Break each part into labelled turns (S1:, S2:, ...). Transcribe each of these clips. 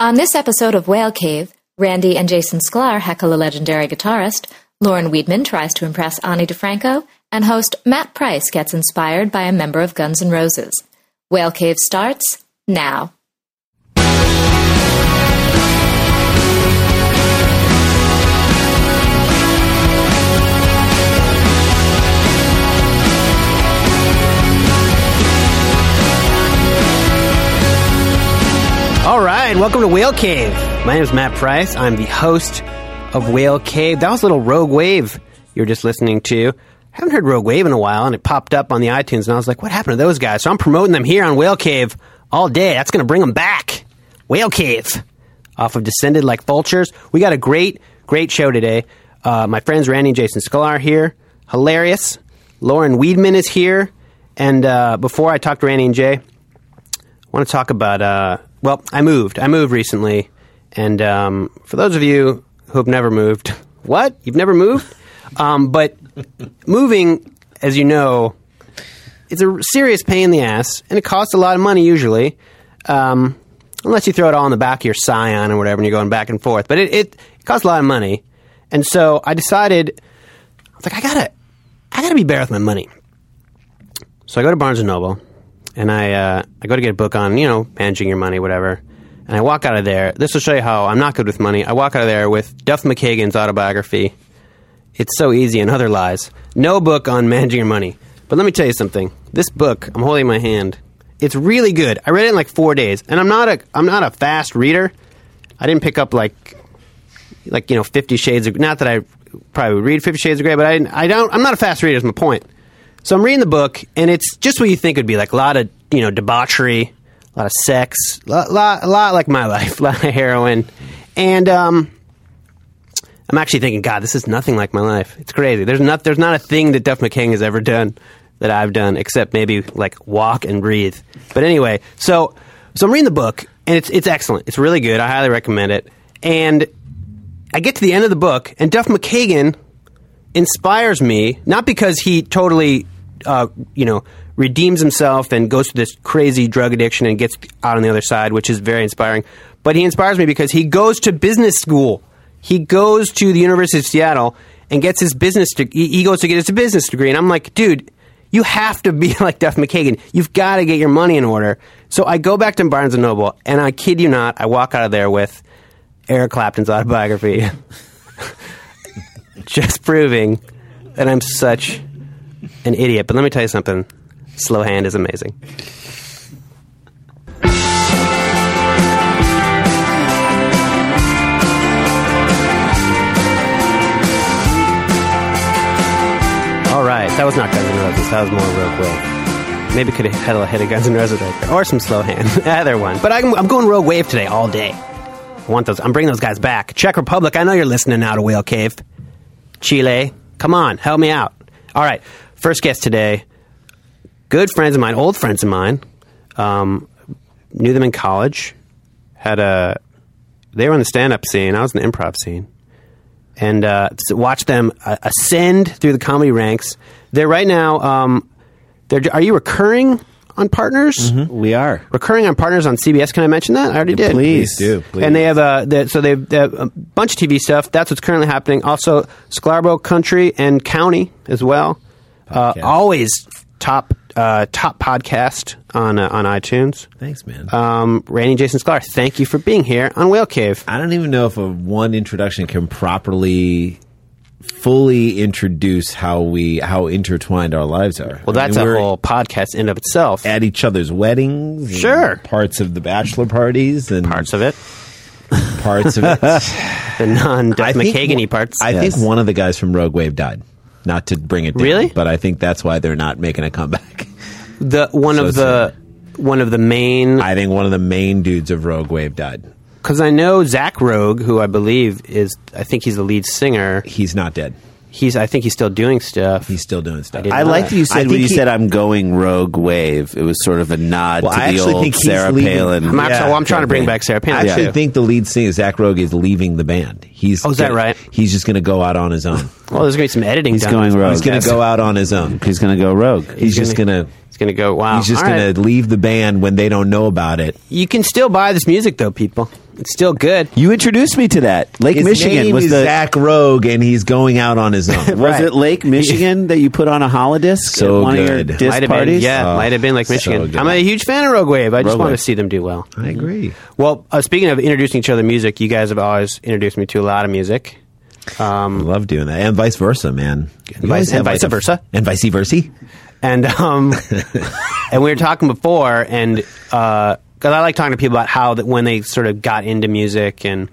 S1: On this episode of Whale Cave, Randy and Jason Sklar heckle a legendary guitarist, Lauren Weedman tries to impress Ani DeFranco, and host Matt Price gets inspired by a member of Guns N' Roses. Whale Cave starts now.
S2: All right, welcome to Whale Cave. My name is Matt Price. I'm the host of Whale Cave. That was a little Rogue Wave you were just listening to. haven't heard Rogue Wave in a while, and it popped up on the iTunes, and I was like, what happened to those guys? So I'm promoting them here on Whale Cave all day. That's going to bring them back. Whale Cave off of Descended Like Vultures. We got a great, great show today. Uh, my friends Randy and Jason Sklar are here. Hilarious. Lauren Weedman is here. And uh, before I talk to Randy and Jay, I want to talk about. Uh, well, I moved. I moved recently, and um, for those of you who have never moved, what you've never moved, um, but moving, as you know, is a serious pain in the ass, and it costs a lot of money usually, um, unless you throw it all in the back of your Scion or whatever, and you're going back and forth. But it, it, it costs a lot of money, and so I decided, I was like, I gotta, I gotta be better with my money. So I go to Barnes and Noble, and I uh, I go to get a book on you know managing your money, whatever. And I walk out of there. This will show you how I'm not good with money. I walk out of there with Duff McKagan's autobiography. It's so easy and other lies. No book on managing your money. But let me tell you something. This book I'm holding in my hand. It's really good. I read it in like four days, and I'm not a I'm not a fast reader. I didn't pick up like like you know Fifty Shades of not that I probably would read Fifty Shades of Grey, but I didn't, I don't I'm not a fast reader. Is my point. So I'm reading the book, and it's just what you think would be like a lot of you know debauchery, a lot of sex, a lot, lot, a lot like my life, a lot of heroin, and um, I'm actually thinking, God, this is nothing like my life. It's crazy. There's not there's not a thing that Duff McKagan has ever done that I've done, except maybe like walk and breathe. But anyway, so so I'm reading the book, and it's it's excellent. It's really good. I highly recommend it. And I get to the end of the book, and Duff McKagan inspires me not because he totally uh, you know redeems himself and goes through this crazy drug addiction and gets out on the other side which is very inspiring but he inspires me because he goes to business school he goes to the university of seattle and gets his business de- he he goes to get his business degree and i'm like dude you have to be like Duff McKagan. You've got to get your money in order. So I go back to Barnes and Noble, and I kid you not, I walk out of there with Eric Clapton's autobiography. just proving that I'm such an idiot. But let me tell you something. Slow hand is amazing. All right, that was not Guns N' Roses. That was more Rogue Wave. Maybe could have had a hit of Guns N' Roses right there, or some Slow Hand, either one. But I'm, I'm going Rogue Wave today all day. I want those. I'm bringing those guys back. Czech Republic. I know you're listening now to Whale Cave. Chile. Come on, help me out. All right, first guest today. Good friends of mine, old friends of mine. Um, knew them in college. Had a, they were in the stand-up scene. I was in the improv scene, and uh, s- watched them uh, ascend through the comedy ranks. They're right now. Um, they're are you recurring on Partners?
S3: We are.
S2: recurring on partners on CBS. Can I mention that? I already did.
S3: Please do, please.
S2: And they have a they, so they have, they have a bunch of TV stuff. That's what's currently happening. Also, Scarborough Country and County as well. Uh,
S3: Podcast.
S2: always top uh, top podcast on uh, on iTunes.
S3: Thanks, man.
S2: Um, Randy and Jason Sklar, thank you for being here on Whale Cave.
S3: I don't even know if a one introduction can properly fully introduce how we how intertwined our lives are.
S2: Well,
S3: I mean,
S2: that's
S3: we're
S2: a whole podcast in of itself.
S3: at each other's weddings, and
S2: Sure.
S3: Parts of the bachelor parties and
S2: Parts of it,
S3: parts of it.
S2: the non Duff
S3: think
S2: McKagany
S3: one-
S2: parts.
S3: I
S4: Yes.
S3: think one of the guys from Rogue Wave died. Not to bring it down,
S2: Really?
S3: but I think that's why they're not making a comeback.
S2: the one
S3: So
S2: of the one of the main
S3: I think one of the main dudes of Rogue Wave died.
S2: Because I know Zach Rogue, who I believe is, I think he's the lead singer.
S3: He's not dead.
S2: He's, I think he's still doing stuff.
S3: He's still doing stuff.
S2: didn't
S4: I
S2: know
S4: like that you
S3: I
S4: said
S3: think
S4: when you
S3: he-
S4: said I'm going rogue wave. It was sort of a nod
S3: Well,
S4: to
S3: I
S4: the
S3: actually
S4: old
S3: think he's
S4: Sarah
S3: leaving.
S4: Palin.
S2: I'm, actually, well, I'm trying to bring
S3: campaign.
S2: back Sarah
S3: I
S2: Palin.
S3: actually
S2: Yeah.
S3: think the lead singer Zach Rogue is leaving the band. He's
S2: Oh, is that
S3: gonna-
S2: right?
S3: He's just going to go out on his own.
S2: well, there's going to be some editing.
S4: He's
S2: done.
S4: going rogue.
S3: he's going to
S4: Yes.
S3: go out on his own.
S4: He's going to go rogue.
S3: He's just going to
S2: It's going to go. Wow.
S3: he's just
S2: Oh, All right.
S3: going to leave the band when they don't know about it.
S2: You can still buy this music though, people. It's still good.
S4: You introduced me to that. Lake
S3: His
S4: Michigan
S3: name
S4: was
S3: is
S4: the.
S3: Zach Rogue, and he's going out on his own.
S4: Was it Lake Michigan that you put on a holodisc
S3: So
S4: at one of
S3: good.
S4: your disc
S2: Might have
S4: parties?
S2: been, yeah,
S3: Oh,
S2: might have been like
S3: so
S2: Michigan.
S3: good.
S2: I'm a huge fan of Rogue Wave. I just
S4: Rogue
S2: want to
S4: Wave.
S2: see them do well.
S3: I agree.
S2: Well, uh, speaking of introducing each other music, you guys have always introduced me to a lot of music.
S3: I love doing that, and vice versa, man. You
S2: vice-
S3: always have,
S2: and vice
S3: a-
S2: versa.
S3: and vice versa.
S2: and um, and we were talking before, and because I like talking to people about how that when they sort of got into music, and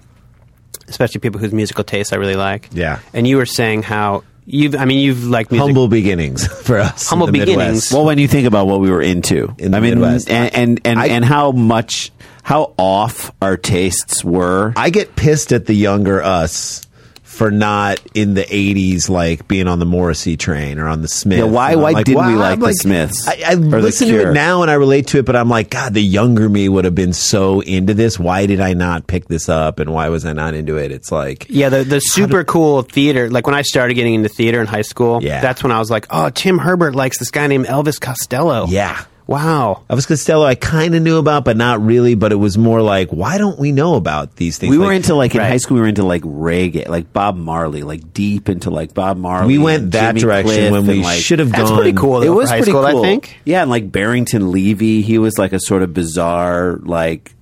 S2: especially people whose musical tastes I really like.
S3: Yeah.
S2: and you were saying how you've, I mean, you've liked music.
S3: Humble beginnings for us.
S2: Humble
S3: in the Midwest.
S2: beginnings.
S4: Well, when you think about what we were into,
S3: In the
S4: I mean,
S3: Midwest.
S4: and and and,
S3: I-
S4: and how much how off our tastes were.
S3: I get pissed at the younger us for not in the '80s, like being on the Morrissey train or on the Smiths.
S4: Yeah, why-
S3: And I'm
S4: why didn't we
S3: I'm
S4: like the Smiths
S3: I, I
S4: or The
S3: listen to
S4: Cure?
S3: it now and I relate to it, but I'm like, God, the younger me would have been so into this. Why did I not pick this up, and why was I not into it? It's like,
S2: yeah, the, the super cool theater. Like when I started getting into theater in high school,
S3: Yeah.
S2: that's when I was like, oh, Tim Herbert likes this guy named Elvis Costello.
S3: yeah.
S2: Wow.
S3: Elvis Costello, I kind of knew about, but not really. But it was more like, why don't we know about these things?
S4: we were into like in
S2: right.
S4: high school. We were into like reggae, like Bob Marley, like deep into like Bob Marley.
S3: we went
S4: and
S3: that
S4: Jimmy
S3: direction
S4: Cliff
S3: when we
S4: and, like-
S3: should have gone.
S2: That's pretty cool. Though,
S4: It
S2: for
S4: was
S2: high
S4: pretty
S2: school,
S4: cool.
S2: I think.
S4: Yeah, and like Barrington Levy, he was like a sort of bizarre like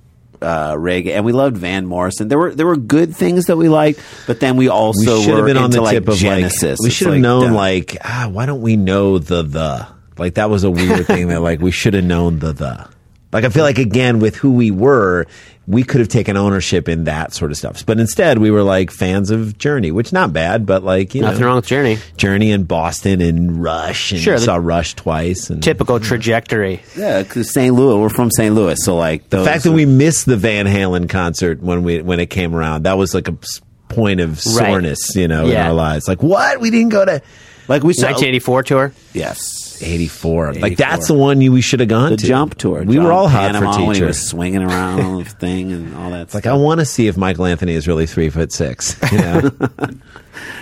S4: uh reggae and we loved Van Morrison. There were there were good things that we liked, but then we
S3: We
S4: also
S3: should
S4: were
S3: have been on
S4: into,
S3: the
S4: like
S3: tip of
S4: Genesis.
S3: like. We
S4: It's
S3: should have known
S4: dumb.
S3: like, ah, why don't we know the the? Like that was a weird thing that like we should have known the the. Like I feel like again with who we were, we could have taken ownership in that sort of stuff. But instead, we were like fans of Journey, which not bad, but like you
S2: Nothing
S3: know,
S2: wrong with Journey.
S3: Journey and Boston and Rush and
S2: Sure, the-
S3: saw Rush twice and
S2: Typical trajectory.
S4: yeah, because St. Louis. We're from St. Louis, so like
S3: The
S4: those
S3: fact that
S4: were-
S3: we missed the Van Halen concert when we when it came around, that was like a s- point of soreness, you know, in
S2: Yeah.
S3: our lives. Like, what? We didn't go to
S4: like we saw
S2: 1984 tour.
S4: yes.
S3: 84. Like
S4: 84.
S3: that's the one you we should have gone
S4: The
S3: to.
S4: jump tour.
S3: We were
S4: John
S3: all hot
S4: Panama
S3: for
S4: when he
S3: teacher.
S4: was swinging around on the thing and all that.
S3: Like
S4: stuff.
S3: I want to see if Michael Anthony is really three foot six. You know?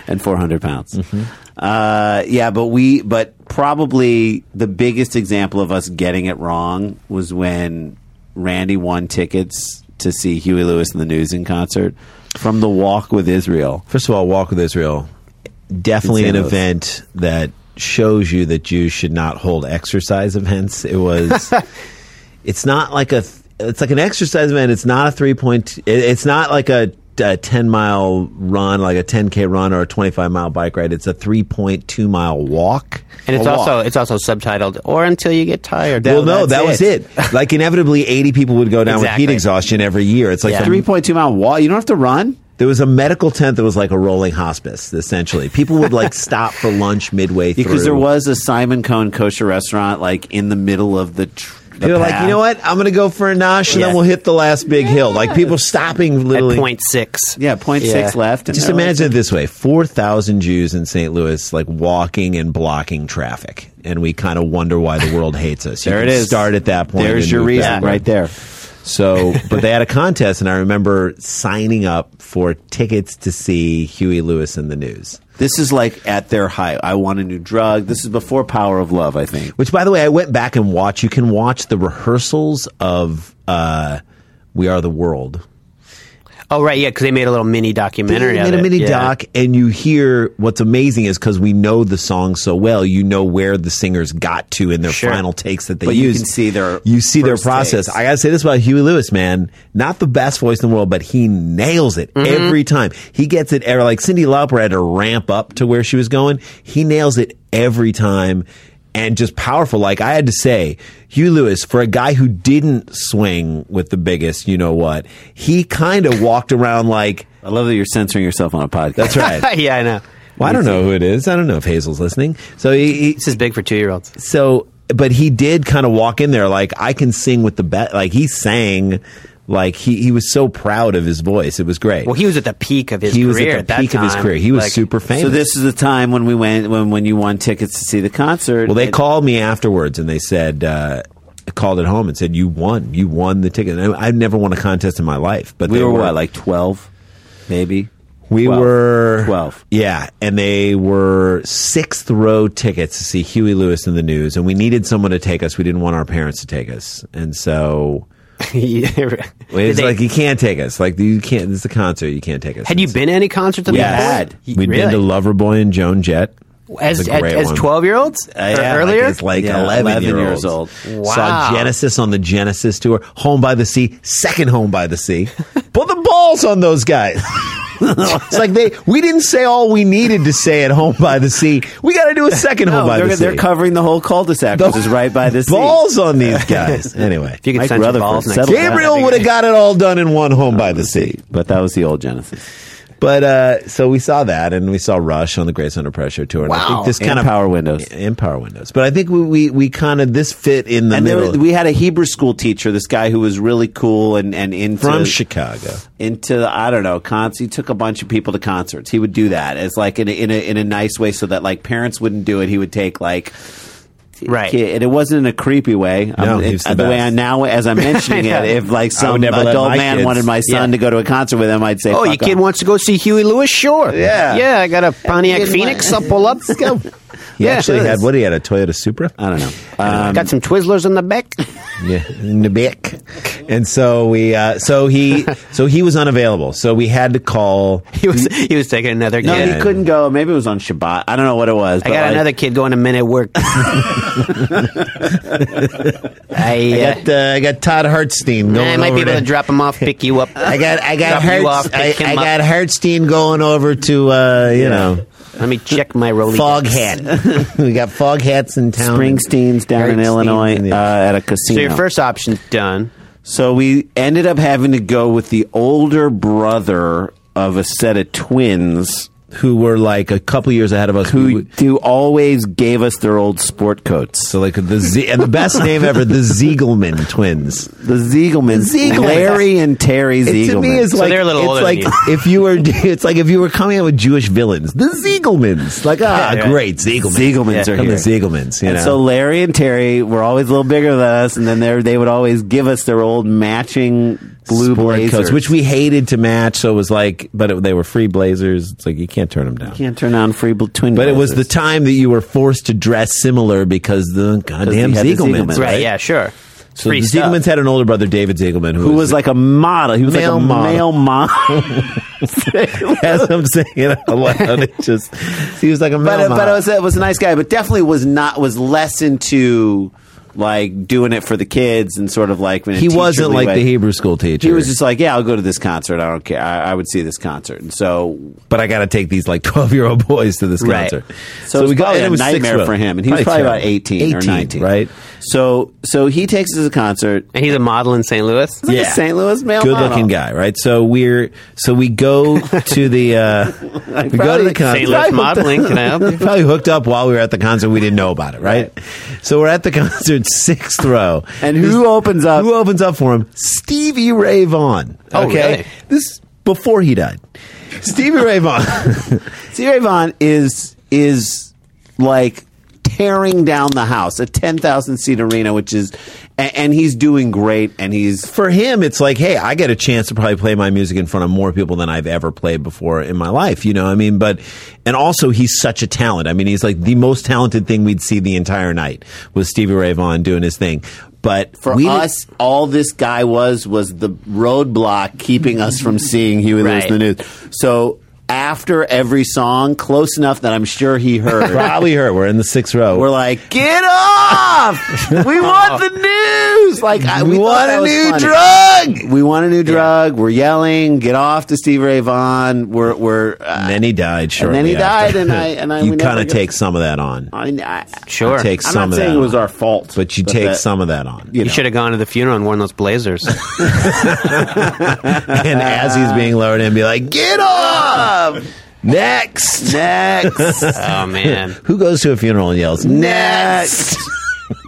S4: and 400 pounds.
S3: Mm-hmm.
S4: Uh, yeah, but we, but probably the biggest example of us getting it wrong was when Randy won tickets to see Huey Lewis and the News in concert from the Walk with Israel.
S3: First of all, Walk with Israel, definitely
S4: St.
S3: an
S4: Louis.
S3: event that shows you that Jews should not hold exercise events. It was, it's not like a, th- it's like an exercise event. It's not a three point. It, it's not like a, a ten mile run, like a ten k run or a twenty five mile bike ride. It's a three point two mile walk.
S2: And it's
S3: A walk.
S2: also it's also subtitled or until you get tired.
S3: well, no, that was it. Like inevitably, eighty people would go down
S2: Exactly.
S3: with heat exhaustion every year. It's like
S2: Yeah.
S3: the
S4: 3.2 mile wall. You don't have to run.
S3: There was a medical tent that was like a rolling hospice, essentially. People would like stop for lunch midway through.
S4: Because there was a Simon Cohen kosher restaurant like in the middle of the. Tr- the
S3: They were like,
S4: path.
S3: you know what? I'm going to go for a nosh and
S4: Yeah.
S3: then we'll hit the last big hill. Like people stopping
S2: at
S3: literally.
S2: point six.
S4: Yeah, point
S2: Yeah.
S4: six left. and
S3: Just
S4: they're like-
S3: imagine it this way 4,000 Jews in St. Louis, like walking and blocking traffic. And we kind of wonder why the world hates us. You
S4: There
S3: can
S4: it is.
S3: Start at that point.
S4: There's
S3: and
S4: your
S3: move
S4: reason
S3: backward.
S4: right there.
S3: So, but they had a contest, and I remember signing up for tickets to see Huey Lewis in the news.
S4: This is like at their height. I want a new drug. This is before Power of Love, I think.
S3: Which, by the way, I went back and watched. You can watch the rehearsals of uh, "We Are the World."
S2: Oh right, yeah, because they made a little mini
S3: They
S2: documentary.
S3: made
S2: of
S3: a
S2: it.
S3: mini
S2: Yeah.
S3: doc, and you hear what's amazing is because we know the song so well, you know where the singers got to in their
S2: Sure.
S3: final takes that they
S4: But you
S3: used.
S4: can see their
S3: you see their
S4: first
S3: process.
S4: takes.
S3: I gotta say this about Huey Lewis, man. Not the best voice in the world, but he nails it
S4: Mm-hmm.
S3: every time. He gets it. Every, like Cindy Lauper had to ramp up to where she was going. He nails it every time. And just powerful. Like I had to say, Hugh Lewis, for a guy who didn't swing with the biggest, you know what, he kind of walked around like,
S4: I love that you're censoring yourself on a podcast.
S3: that's right.
S2: yeah, I know.
S3: Well, I don't know who it is. I don't know if Hazel's listening. So he, he
S2: This is big for two year olds.
S3: so but he did kind of walk in there like I can sing with the best. Like he sang, like he he was so proud of his voice. It was great.
S2: Well, he was at the peak of his
S3: he
S2: career.
S3: was at
S2: at
S3: the
S2: that
S3: peak of his
S2: time.
S3: career. He was
S2: Like,
S3: super famous.
S4: So this is the time when we went when when you won tickets to see the concert.
S3: well, they
S4: It-
S3: called me afterwards and they said. uh Called it home and said, "You won. You won the ticket." And I, I've never won a contest in my life, but
S4: we
S3: they
S4: were what like twelve, maybe.
S3: We
S4: 12.
S3: were
S4: twelve.
S3: Yeah, and they were sixth row tickets to see Huey Lewis in the news, and we needed someone to take us. We didn't want our parents to take us, and so It's
S2: Did they-
S3: like you can't take us. Like you can't. This is a concert. You can't take us.
S2: had you been to any concerts? at
S4: We
S2: the
S4: had.
S2: point?
S3: We'd
S2: really?
S3: been to Loverboy and Joan Jett.
S2: as
S3: It's a great
S2: as
S3: one.
S2: twelve year olds
S4: Uh, yeah, like
S2: earlier.
S3: It's like
S4: Yeah,
S3: 11,
S4: 11
S3: year
S4: years
S3: olds.
S4: old.
S2: Wow.
S3: Saw Genesis on the Genesis tour. Home by the Sea, second Home by the Sea. Put the balls on those guys. it's like they we didn't say all we needed to say at Home by the Sea. We got to do a second Home
S4: No,
S3: by
S4: Oh, they're,
S3: the Sea.
S4: they're covering the whole cul-de-sac, which is right by this.
S3: balls on these guys. Anyway,
S2: if you could
S4: Mike
S2: send your
S4: Rutherford
S2: balls next
S4: settled
S2: time.
S3: Gabriel would have got it all done in one Home
S4: Oh,
S3: by the Sea.
S4: But that was the old Genesis.
S3: But uh, so we saw that, and we saw Rush on the Grace Under Pressure tour. And I
S2: Wow.
S3: think this
S4: And
S3: kind of
S4: Power Windows.
S3: and Power Windows. But I think we we, we kind of this fit in the
S4: And there,
S3: middle
S4: was- we had a Hebrew school teacher, this guy who was really cool and, and into
S3: from Chicago.
S4: into the, I don't know concerts. He took a bunch of people to concerts. He would do that as like in a, in a in a nice way, so that like parents wouldn't do it. He would take like.
S2: Right.
S4: kid- and it wasn't in a creepy way.
S3: No,
S4: Um,
S3: he was
S4: it-
S3: the
S4: way
S3: best.
S4: I now, as I'm mentioning
S2: I
S4: it,
S2: know.
S4: if
S3: I
S4: like
S3: would
S4: some
S3: never let
S4: adult
S3: my
S4: man
S3: kids-
S4: wanted my son
S2: Yeah.
S4: to go to a concert with him, I'd say,
S2: Oh,
S4: Fuck
S2: your kid
S4: off."
S2: wants to go see Huey Lewis? Sure.
S4: Yeah.
S2: Yeah, I got a Pontiac
S4: Kid
S2: Phoenix.
S4: wa-
S2: I'll pull up. Let's go.
S3: He
S2: Yeah,
S3: actually
S2: it
S3: had
S2: is.
S3: what he had a Toyota Supra.
S4: I don't know. Um,
S2: got some Twizzlers on the back.
S3: yeah, Nabik. And so we uh, so he so he was unavailable. So we had to call.
S2: he was he was taking another
S4: no,
S2: kid.
S4: he couldn't go. Maybe it was on Shabbat. I don't know what it was.
S2: I got another kid going a minute work.
S3: I
S2: I,
S3: got uh, I got Todd Hartstein
S2: uh,
S3: going.
S2: I might
S3: over
S2: be able to
S3: to-
S2: drop him off, pick you up.
S3: I got I got
S2: drop you off,
S3: Hertz, I,
S2: pick him
S3: I
S2: up.
S3: got Hartstein going over to uh, you know
S2: Let me check my Rolodex.
S3: Fog Hat. we got Fog Hats in town.
S4: Springsteen's down in
S3: Hartstein's
S4: Illinois
S3: in the-
S4: uh, at a casino.
S2: So your first option's done.
S4: So we ended up having to go with the older brother of a set of twins
S3: who were like a couple years ahead of us. We
S4: who
S3: would-
S4: do always gave us their old sport coats.
S3: so like the Z, and the best name ever, the Ziegelman twins.
S4: The Ziegelmans,
S3: Ziegelmans.
S4: Larry and Terry
S3: It
S4: Ziegelman.
S3: to me is
S2: So
S3: like
S2: they're a little
S3: it's
S2: older
S3: like
S2: than
S3: if you were it's like if you were coming out with Jewish villains, the Ziegelmans. Like ah,
S2: Yeah, yeah.
S3: great Ziegelmans.
S4: Ziegelmans are
S3: Come
S4: here.
S3: the Ziegelmans. You
S4: and
S3: know.
S4: so Larry and Terry were always a little bigger than us, and then they they would always give us their old matching blue
S3: Sport
S4: blazers,
S3: coats, which we hated to match. So it was like, but it, they were free blazers. It's like you can't turn them down.
S4: can't turn on free bl- twin.
S3: But it was the time that you were forced to dress similar because the goddamn
S4: you had the
S3: Ziegelmans,
S4: Ziegelmans,
S3: right?
S2: Right, yeah, sure. It's
S3: So
S2: free
S3: the
S2: stuff.
S3: Ziegelmans had an older brother, David Ziegelman, who,
S4: who was like a model. He was
S3: Male
S4: like a
S3: model.
S4: male uh, model.
S3: as I'm saying it out loud, it just he was like a
S4: but
S3: male
S4: uh, but it was, it was a nice guy, but definitely was not was less into like doing it for the kids and sort of like in a
S3: he wasn't
S4: teacherly
S3: like
S4: way.
S3: the Hebrew school teacher.
S4: He was just like, yeah, I'll go to this concert. I don't care. I, I would see this concert, and so
S3: but I got to take these like twelve year old boys to this
S2: Right.
S3: concert.
S4: So, it's probably
S3: and
S4: a
S3: was six of
S4: nightmare
S3: them.
S4: for him, and he was probably about
S3: terrible.
S4: 18, or 19,
S3: right?
S4: So, so he takes us to the concert.
S2: and he's a model in St. Louis.
S4: Like a St. Louis male
S3: good looking guy, right? So we're so we go to the uh, we go to the
S4: probably
S3: concert.
S2: St. Louis modeling. Can I help
S3: We
S2: you?
S3: probably hooked up while we were at the concert. We didn't know about it, right? So we're at the concert, sixth row.
S4: And who opens up?
S3: Who opens up for him? Stevie Ray Vaughan.
S2: Oh,
S3: Okay.
S2: really?
S3: This before he died. Stevie Ray Vaughan.
S4: Stevie Vaughn is is like tearing down the house, a ten thousand seat arena, which is, and, and he's doing great, and he's
S3: For him, it's like, hey, I get a chance to probably play my music in front of more people than I've ever played before in my life. You know, what I mean, but, and also he's such a talent. I mean, he's like the most talented thing we'd see the entire night was Stevie Ray Vaughan doing his thing. But
S4: for
S3: we didn't-
S4: us. All this guy was was the roadblock keeping us from seeing Huey Lewis
S2: Right.
S4: in the news. So after every song, close enough that I'm sure he heard.
S3: probably her. We're in the sixth row.
S4: We're like, get off! We want the news. Like, I, we,
S3: We
S4: thought
S3: want
S4: that
S3: a
S4: was
S3: new
S4: funny.
S3: drug!
S4: We want a new drug. We're yelling, get off to Steve Ray Vaughan. We're we're uh,
S3: and then he died.
S4: and
S3: Shortly
S4: then he
S3: after.
S4: died, and I and I.
S3: you
S4: we never
S3: kind of
S4: got-
S3: take some of that on.
S4: I, I,
S2: Sure.
S3: Take
S4: I'm
S3: some
S4: not
S3: of that
S4: saying it was
S3: on.
S4: our fault,
S3: But you take
S4: that-
S3: some of that on.
S4: You
S2: You
S4: know.
S2: should have gone to the funeral and worn those blazers.
S3: and as he's being lowered in, be like, get off! Next! Next!
S2: oh man.
S3: Who goes to a funeral and yells, next?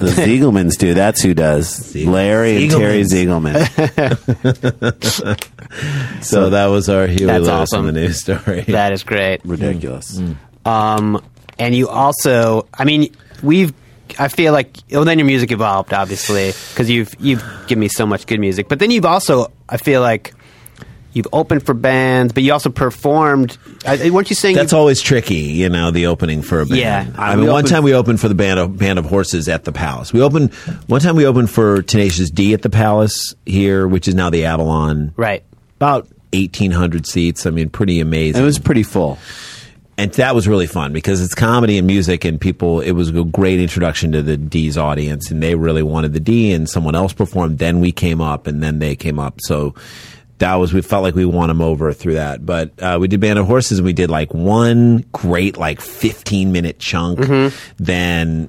S4: The Ziegelmans do. That's who does. Larry and Terry
S3: Mm-hmm.
S4: Ziegelman.
S3: so that was our Huey
S2: That's
S3: Lewis
S2: awesome.
S3: in the news story.
S2: That is great.
S4: Ridiculous.
S2: Um, and you also, I mean, we've. I feel like well, then your music evolved obviously because you've you've given me so much good music, but then you've also I feel like You've opened for bands, but you also performed. I, weren't you saying
S3: That's
S2: you,
S3: always tricky, you know, the opening for a band.
S2: Yeah. Uh,
S3: I
S2: We
S3: mean, one
S2: opened-
S3: time we opened for the band of, band of horses at the Palace. We opened one time we opened for Tenacious D at the Palace here, which is now the Avalon.
S2: right?
S3: About 1800 seats. I mean, pretty amazing.
S4: It was pretty full.
S3: and that was really fun because it's comedy and music and people it was a great introduction to the d's audience and they really wanted the d and someone else performed then we came up and then they came up so that was we felt like we won them over through that but uh, we did band of horses and we did like one great like 15 minute chunk
S4: Mm-hmm.
S3: then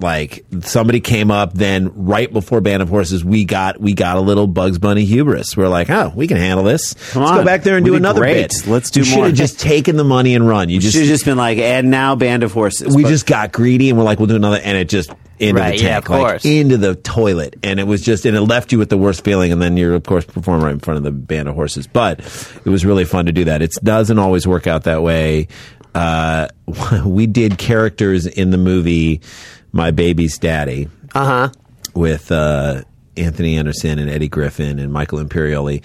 S3: like somebody came up then right before band of horses we got we got a little bugs bunny hubris we're like oh we can handle this
S4: Come
S3: let's
S4: on.
S3: go back there and
S4: We
S3: do
S4: did
S3: another
S4: great.
S3: bit
S4: Let's do
S3: we should
S4: more.
S3: have just taken the money and run you just
S4: Should have just been like, and now Band of Horses.
S3: we
S4: But-
S3: just got greedy and we're like, we'll do another, and it just into
S2: Right,
S3: the
S2: yeah,
S3: tank,
S2: of
S3: like,
S2: course.
S3: into the toilet, and it was just, and it left you with the worst feeling, and then you're of course performing right in front of the band of horses. But it was really fun to do that. It doesn't always work out that way. Uh, we did characters in the movie My Baby's Daddy
S2: Uh huh.
S3: with uh, Anthony Anderson and Eddie Griffin and Michael Imperioli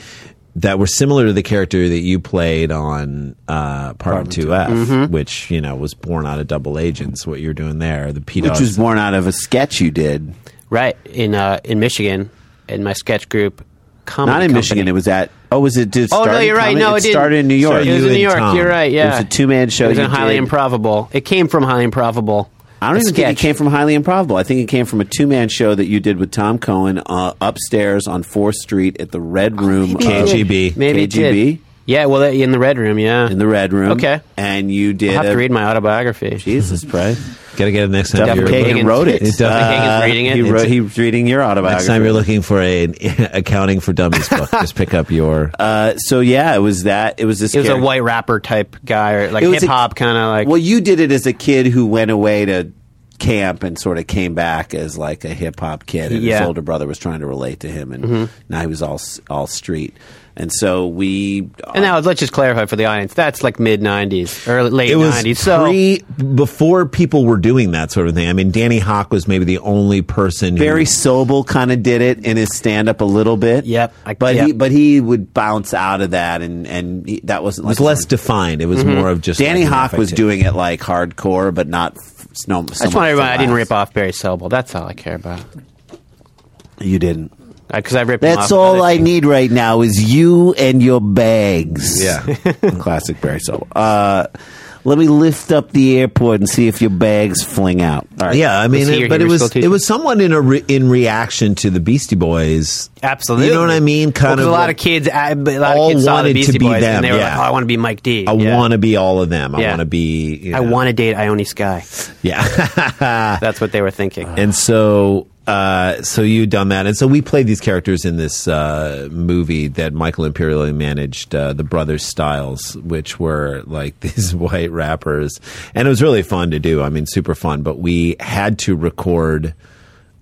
S3: that were similar to the character that you played on uh, Part Two F,
S4: Mm-hmm.
S3: which you know was born out of Double Agents. What you're doing there, the P
S4: which
S3: Dogs.
S4: was born out of a sketch you did.
S2: Right in uh, in Michigan, in my sketch group. Comedy
S4: Not in
S2: company.
S4: Michigan. It was at. Oh, was it? Did it
S2: Oh
S4: start
S2: no,
S4: in
S2: you're right.
S4: comedy?
S2: No,
S4: it,
S2: it, didn't.
S4: started in New York.
S2: It was
S3: You
S2: in New
S3: and
S2: York.
S3: Tom.
S2: You're right.
S4: It
S2: Yeah,
S4: was a two-man show
S2: It was
S4: you
S2: in highly
S4: did.
S2: improbable. It came from highly improbable.
S4: I don't
S2: A
S4: even think
S2: sketch.
S4: it came from highly improbable. I think it came from a two-man show that you did with Tom Cohen uh, upstairs on Fourth Street at the Red Room.
S2: Maybe it
S4: of-
S2: Oh, did.
S3: KGB.
S2: Maybe it did.
S4: KGB?
S2: Yeah, well, in the red room. Yeah,
S4: in the Red Room.
S2: Okay.
S4: and you did.
S2: I'll have
S4: a-
S2: to read my autobiography.
S4: Jesus Christ.
S3: Gotta get it next time.
S4: Duff
S3: you're
S2: Kagan
S3: looking-
S4: Kagan wrote it. Uh,
S3: It's Duff
S2: Kagan's reading it.
S4: He wrote,
S2: It's-
S4: he's reading your
S3: Next time
S4: autobiography.
S3: you're looking for an accounting for dummies book, just pick up your.
S4: Uh, so yeah, it was that. It was this.
S2: It was a
S4: character-
S2: white rapper type guy, or like
S4: It was
S2: hip
S4: a-
S2: hop kind of like.
S4: Well, you did it as a kid who went away to camp and sort of came back as like a hip hop kid, and his
S2: Yeah. Mm-hmm.
S4: older brother was trying to relate to him, and now he was all s- all street. And so we,
S2: and now let's just clarify for the audience. That's like mid '90s, early late
S3: it was
S2: '90s. So
S3: pre before people were doing that sort of thing. I mean, Danny Hawk was maybe the only person who
S4: Barry uh, Sobel kind of did it in his stand up a little bit.
S2: Yep. I-
S4: but he
S2: yep.
S4: but he would bounce out of that, and and he, that
S3: It
S4: wasn't
S3: was
S4: like
S3: less defined. It was more of just
S4: Mm-hmm. Danny
S3: like an
S4: Hawk was
S3: affectation.
S4: doing it like hardcore, but not. f- No,
S2: I just want everybody. I didn't rip off Barry Sobel. That's all I care about.
S4: You didn't.
S2: Because I ripped. him off
S4: That's
S2: with
S4: all
S2: other
S4: I
S2: things.
S4: need right now is you and your bags. classic Barry Sobel. Uh, let me lift up the airport and see if your bags fling out. All right.
S3: Yeah, I mean,
S2: Was he
S3: it-
S2: your
S3: but it
S2: hero
S3: was
S2: still teacher?
S3: it was somewhat in a re- in reaction to the Beastie Boys.
S2: Absolutely.
S3: You know what I mean? Kind
S2: Well, 'cause
S3: of
S2: a lot
S3: like,
S2: of kids, I- a lot
S3: all
S2: of kids saw the
S3: wanted
S2: Beastie
S3: to be
S2: Boys
S3: them,
S2: and they were
S3: yeah.
S2: like, "Oh, I want to be Mike D.
S3: I want to be all of them. I
S2: Yeah.
S3: want to be. Ah. You
S2: I
S3: know,
S2: want to date Ione Sky.
S3: Yeah.
S2: That's what they were thinking.
S3: and so uh, so you done that, and so we played these characters in this uh, movie that Michael Imperioli managed, uh, the Brothers Styles, which were like these white rappers, and it was really fun to do. I mean, super fun. But we had to record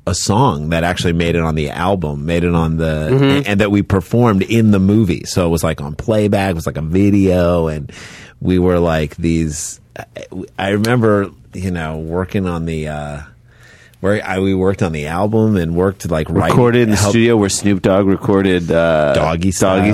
S3: a song that actually made it on the album, made it on the,
S4: Mm-hmm.
S3: and, that we performed in the movie. So it was like on playback, it was like a video, and we were like these. I- I remember, you know, working on the, uh, where I, we worked on the album and worked like writing,
S4: recorded in the
S3: help-
S4: studio where Snoop Dogg recorded uh,
S3: Doggy Style.
S4: Doggy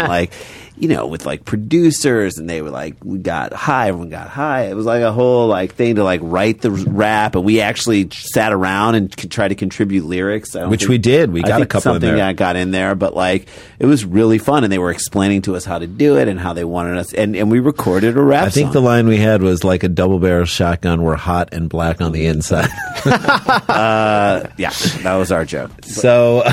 S4: and, like you know, with like producers, and they were like, we got high, everyone got high. It was like a whole like thing to like write the rap, and we actually sat around and c- tried to contribute lyrics, I don't
S3: Which we did. We
S4: I
S3: got a
S4: think
S3: couple in
S4: something
S3: there.
S4: got- got in there, but like it was really fun, and they were explaining to us how to do it and how they wanted us, and and we recorded a rap.
S3: I think the
S4: song.
S3: line we had was like a double barrel shotgun. We're hot and black on the inside.
S4: yeah, that was our joke.
S3: So,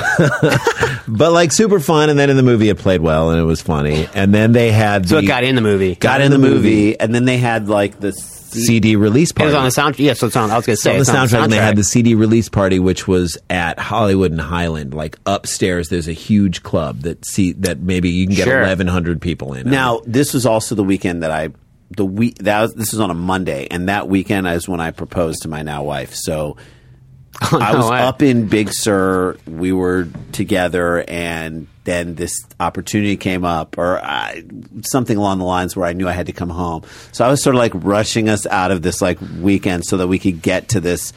S3: but like super fun. And then in the movie, it played well and it was funny. And then they had
S2: So
S3: the
S2: it got in the movie.
S4: Got in the movie, and then they had like the
S3: CD release
S2: It
S3: party.
S2: was on the soundtrack. Yeah, so it's on. I was going to say
S3: So on the
S2: it's
S3: soundtrack, and they had
S2: soundtrack.
S3: the CD release party, which was at Hollywood and Highland. Like upstairs, there's a huge club that see that maybe you can get
S2: Sure.
S3: 1,100 people in.
S4: Now, this was also the weekend that I the week that was, this was on a Monday, and that weekend is when I proposed to my now wife. So I
S2: no
S4: was
S2: way.
S4: up in Big Sur. We were together, and then this opportunity came up, or I, something along the lines where I knew I had to come home. So I was sort of like rushing us out of this like weekend so that we could get to this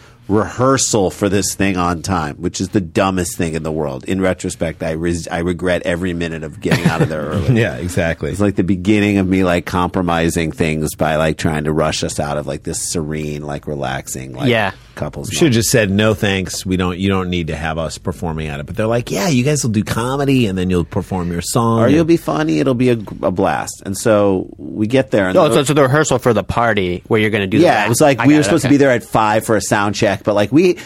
S4: rehearsal for this thing on time, which is the dumbest thing in the world. In retrospect, I res- I regret every minute of getting out of there early.
S3: Yeah, exactly.
S4: It's like the beginning of me like compromising things by like trying to rush us out of like this serene, like relaxing, like
S2: Yeah.
S4: couples.
S3: Should have just said no, thanks. We don't. You don't need to have us performing at it. But they're like, yeah, you guys will do comedy, and then you'll perform your song.
S4: or you'll be funny. It'll be a, a blast. And so we get there. And
S2: Oh, so it's the rehearsal for the party where you're going to do.
S4: yeah,
S2: that.
S4: it was like
S2: I
S4: we
S2: got
S4: were
S2: it,
S4: supposed
S2: okay.
S4: to be there at five for a sound check, but like we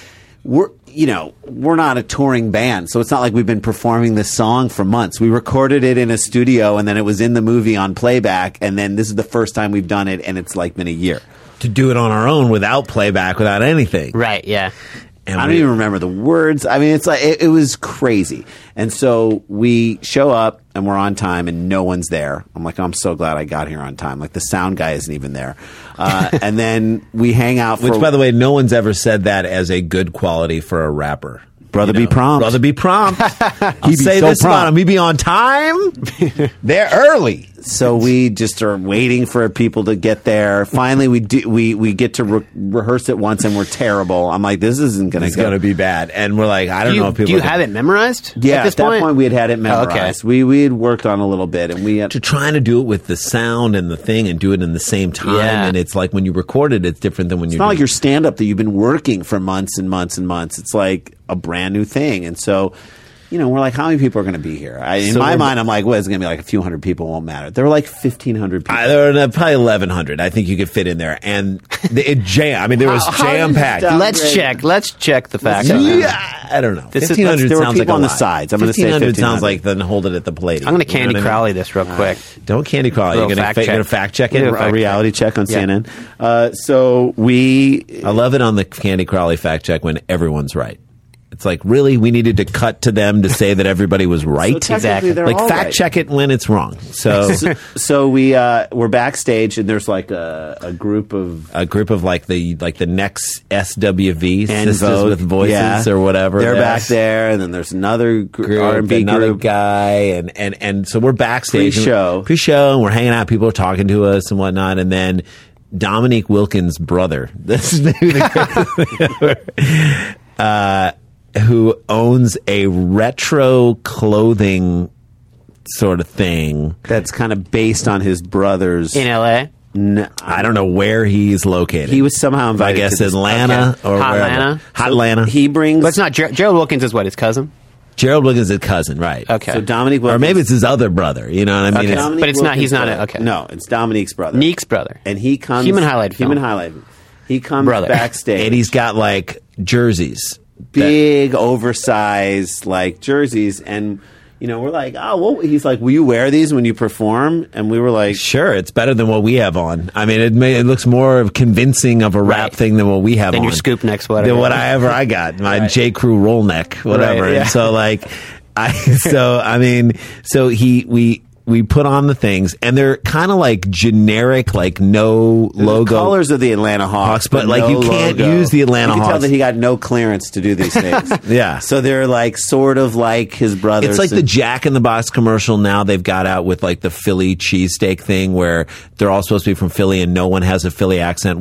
S4: we're you know we're not a touring band, so it's not like we've been performing this song for months. We recorded it in a studio, and then it was in the movie on playback, and then this is the first time we've done it, and it's like been a year.
S3: to do it on our own without playback, without anything.
S2: Right. Yeah.
S3: And
S4: I
S3: we-
S4: don't even remember the words. I mean, it's like it, it was crazy. And so we show up and we're on time, and no one's there. I'm like, I'm so glad I got here on time. Like the sound guy isn't even there. Uh, and then we hang out. For,
S3: Which, by the way, no one's ever said that as a good quality for a rapper.
S4: Brother, be prompt.
S3: Brother, be prompt. He'd
S4: be
S3: say
S4: so
S3: this about
S4: prompt.
S3: him. He'd be on time. They're early.
S4: so we just are waiting for people to get there. Finally, we do, we we get to re- rehearse it once, and we're terrible. I'm like, this isn't going
S3: It's
S4: to go.
S3: going to be bad. And we're like, I don't
S2: Do
S3: know
S2: you,
S3: if people
S2: do you
S3: are gonna-
S2: have it memorized?
S4: yeah,
S2: At this
S4: that
S2: point,
S4: point we had had it memorized. We we had worked on a little bit, and we had,
S3: to trying to do it with the sound and the thing and do it in the same time.
S2: Yeah.
S3: And it's like when you record it, it's different than when
S4: It's
S3: you
S4: not like your stand up that you've been working for months and months and months. It's like a brand new thing. And so, you know, we're like, how many people are going to be here? I, in
S3: So
S4: my
S3: we're-
S4: mind, I'm like, well, it's going to be like a few hundred people. Won't matter. There were like 1,500 people.
S3: I, there were probably 1,100. I think you could fit in there. And the, it jam. I mean, there was
S4: How- how does
S3: jam packed.
S4: that-
S2: Let's
S4: Great.
S2: check. Let's check the facts. on that.
S3: Yeah, I don't know.
S2: This is-
S3: Fifteen hundred
S4: there were
S3: sounds like
S4: people
S3: a
S4: on the
S3: lot.
S4: sides. I'm gonna say
S3: 1,500 sounds
S4: 1,500.
S3: like then hold it at the plate.
S2: I'm going to
S3: You know
S2: Candy
S3: what I mean?
S2: Crowley this real quick.
S3: Don't candy crawl. You're
S2: Little
S3: going to
S2: fact
S3: you're
S2: check.
S3: going to fact check it.
S2: Little
S4: a
S2: fact
S4: reality check on
S2: Yeah.
S4: CNN. Uh, so we
S3: I love it on the Candy Crowley fact check when everyone's right. It's like really we needed to cut to them to say that everybody was right.
S4: technically Exactly. they're
S3: Like
S4: all
S3: fact
S4: right.
S3: check it when it's wrong. So
S4: so, so we uh, we're backstage and there's like a, a group of
S3: a group of like the like the next SWV sisters
S4: Vogue,
S3: with voices
S4: yeah.
S3: or whatever.
S4: They're
S3: Yes.
S4: back there, and then there's another gr-
S3: group,
S4: R&B
S3: another
S4: group.
S3: guy, and and and so we're backstage,
S4: Pre-show.
S3: pre-show, and we're hanging out. People are talking to us and whatnot, and then Dominique Wilkins' brother. This is maybe the uh, who owns a retro clothing sort of thing.
S4: That's kind of based on his brother's.
S2: In L.A.
S4: N-
S3: I don't know where he's located.
S4: he was somehow
S3: I
S4: invited.
S3: guess,
S4: to this-
S3: Atlanta or
S2: Hot
S3: wherever.
S2: Atlanta.
S3: Hot Atlanta.
S4: He brings.
S2: But it's not Ger- Gerald Wilkins is what his cousin.
S3: Gerald Wilkins' is cousin, right?
S2: Okay.
S4: So Dominic
S3: Or
S4: Wilkins-
S3: maybe it's his other brother. You know what I mean?
S2: Okay.
S3: It's-
S4: Dominic
S2: But it's not- he's
S4: Wilkins'
S2: not a-
S4: brother.
S2: okay.
S4: No, it's Dominic's brother.
S2: Neek's brother.
S4: and he comes
S2: Human highlight film.
S4: Human highlight. He comes
S2: Brother.
S4: backstage.
S3: and he's got like jerseys.
S4: big oversized like jerseys and you know we're like oh well he's like will you wear these when you perform and we were like
S3: Sure, it's better than what we have on. I mean, it may, it looks more of convincing of a rap
S2: Right.
S3: thing than what we have
S2: Than
S3: on.
S2: your scoop neck sweater.
S3: Than whatever I got, my J Crew roll neck, whatever.
S2: yeah.
S3: And so like, I so I mean, so he we. We put on the things, and they're kind of like generic, like no logo.
S4: colors of the Atlanta Hawks,
S3: Hawks, but, like, you can't use the Atlanta
S4: you can Tell
S3: Hawks.
S4: that he got no clearance to do these things.
S3: Yeah.
S4: so they're like sort of like his brother.
S3: It's like the Jack in the Box commercial now they've got out with like the Philly cheesesteak thing where they're all supposed to be from Philly and no one has a Philly accent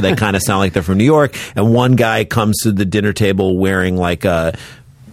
S3: They kind of sound like they're from New York. And one guy comes to the dinner table wearing like a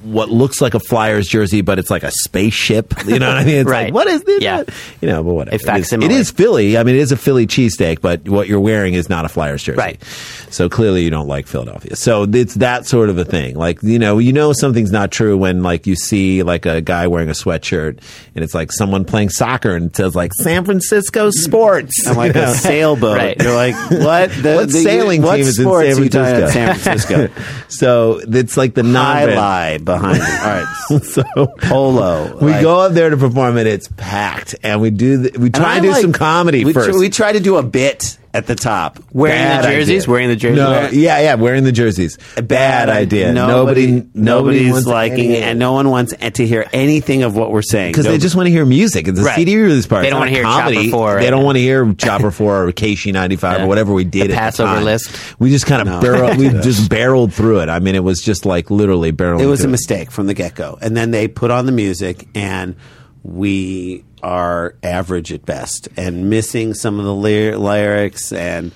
S3: what looks like a Flyers jersey, but it's like a spaceship. You know what I mean? It's
S2: Right.
S3: like, what is this?
S2: Yeah.
S3: You know, but whatever. It is-
S2: facsimile.
S3: It is Philly. I mean, it is a Philly cheesesteak, but what you're wearing is not a Flyers jersey.
S2: Right.
S3: So clearly you don't like Philadelphia. So it's that sort of a thing. Like, you know, you know something's not true when like you see like a guy wearing a sweatshirt and it's like someone playing soccer and it says like San Francisco sports.
S4: I'm like
S3: You know?
S4: a sailboat.
S2: Right.
S4: You're like what? The,
S3: What
S4: the-
S3: sailing
S4: what
S3: team is in
S4: sports
S3: San
S4: you done in
S3: Francisco?
S4: San Francisco.
S3: so it's like the
S4: High
S3: non
S4: lie behind him. All right,
S3: So
S4: polo.
S3: we
S4: like-
S3: go up there to perform and it's packed and we do, the, we
S4: And
S3: try
S4: I
S3: and do
S4: like-
S3: some comedy
S4: we tr-
S3: first.
S4: we try to do a bit at the top.
S2: Wearing
S4: Bad
S2: the
S4: idea.
S2: jerseys. Wearing the jerseys.
S3: No, yeah, yeah, wearing the jerseys. Bad idea. Nobody, nobody,
S4: nobody's
S3: wants
S4: liking
S3: any
S4: it,
S3: of
S4: and no one wants to hear anything of what we're saying
S3: because they
S4: Nobody-
S3: just want to hear music. It's a
S2: Right.
S3: CD release party.
S2: They don't wanna
S3: It's not
S2: hear
S3: comedy.
S2: Chopper 4.
S3: They don't want to hear Chopper Four or KC ninety five
S2: Yeah.
S3: or whatever we did.
S2: The
S3: at
S2: Passover
S3: time.
S2: list.
S3: We just kind of barrel. We just barreled through it. I mean, it was just like literally barreling.
S4: it was a
S3: through
S4: mistake from the get go. And then they put on the music, and we are average at best and missing some of the ly- lyrics and.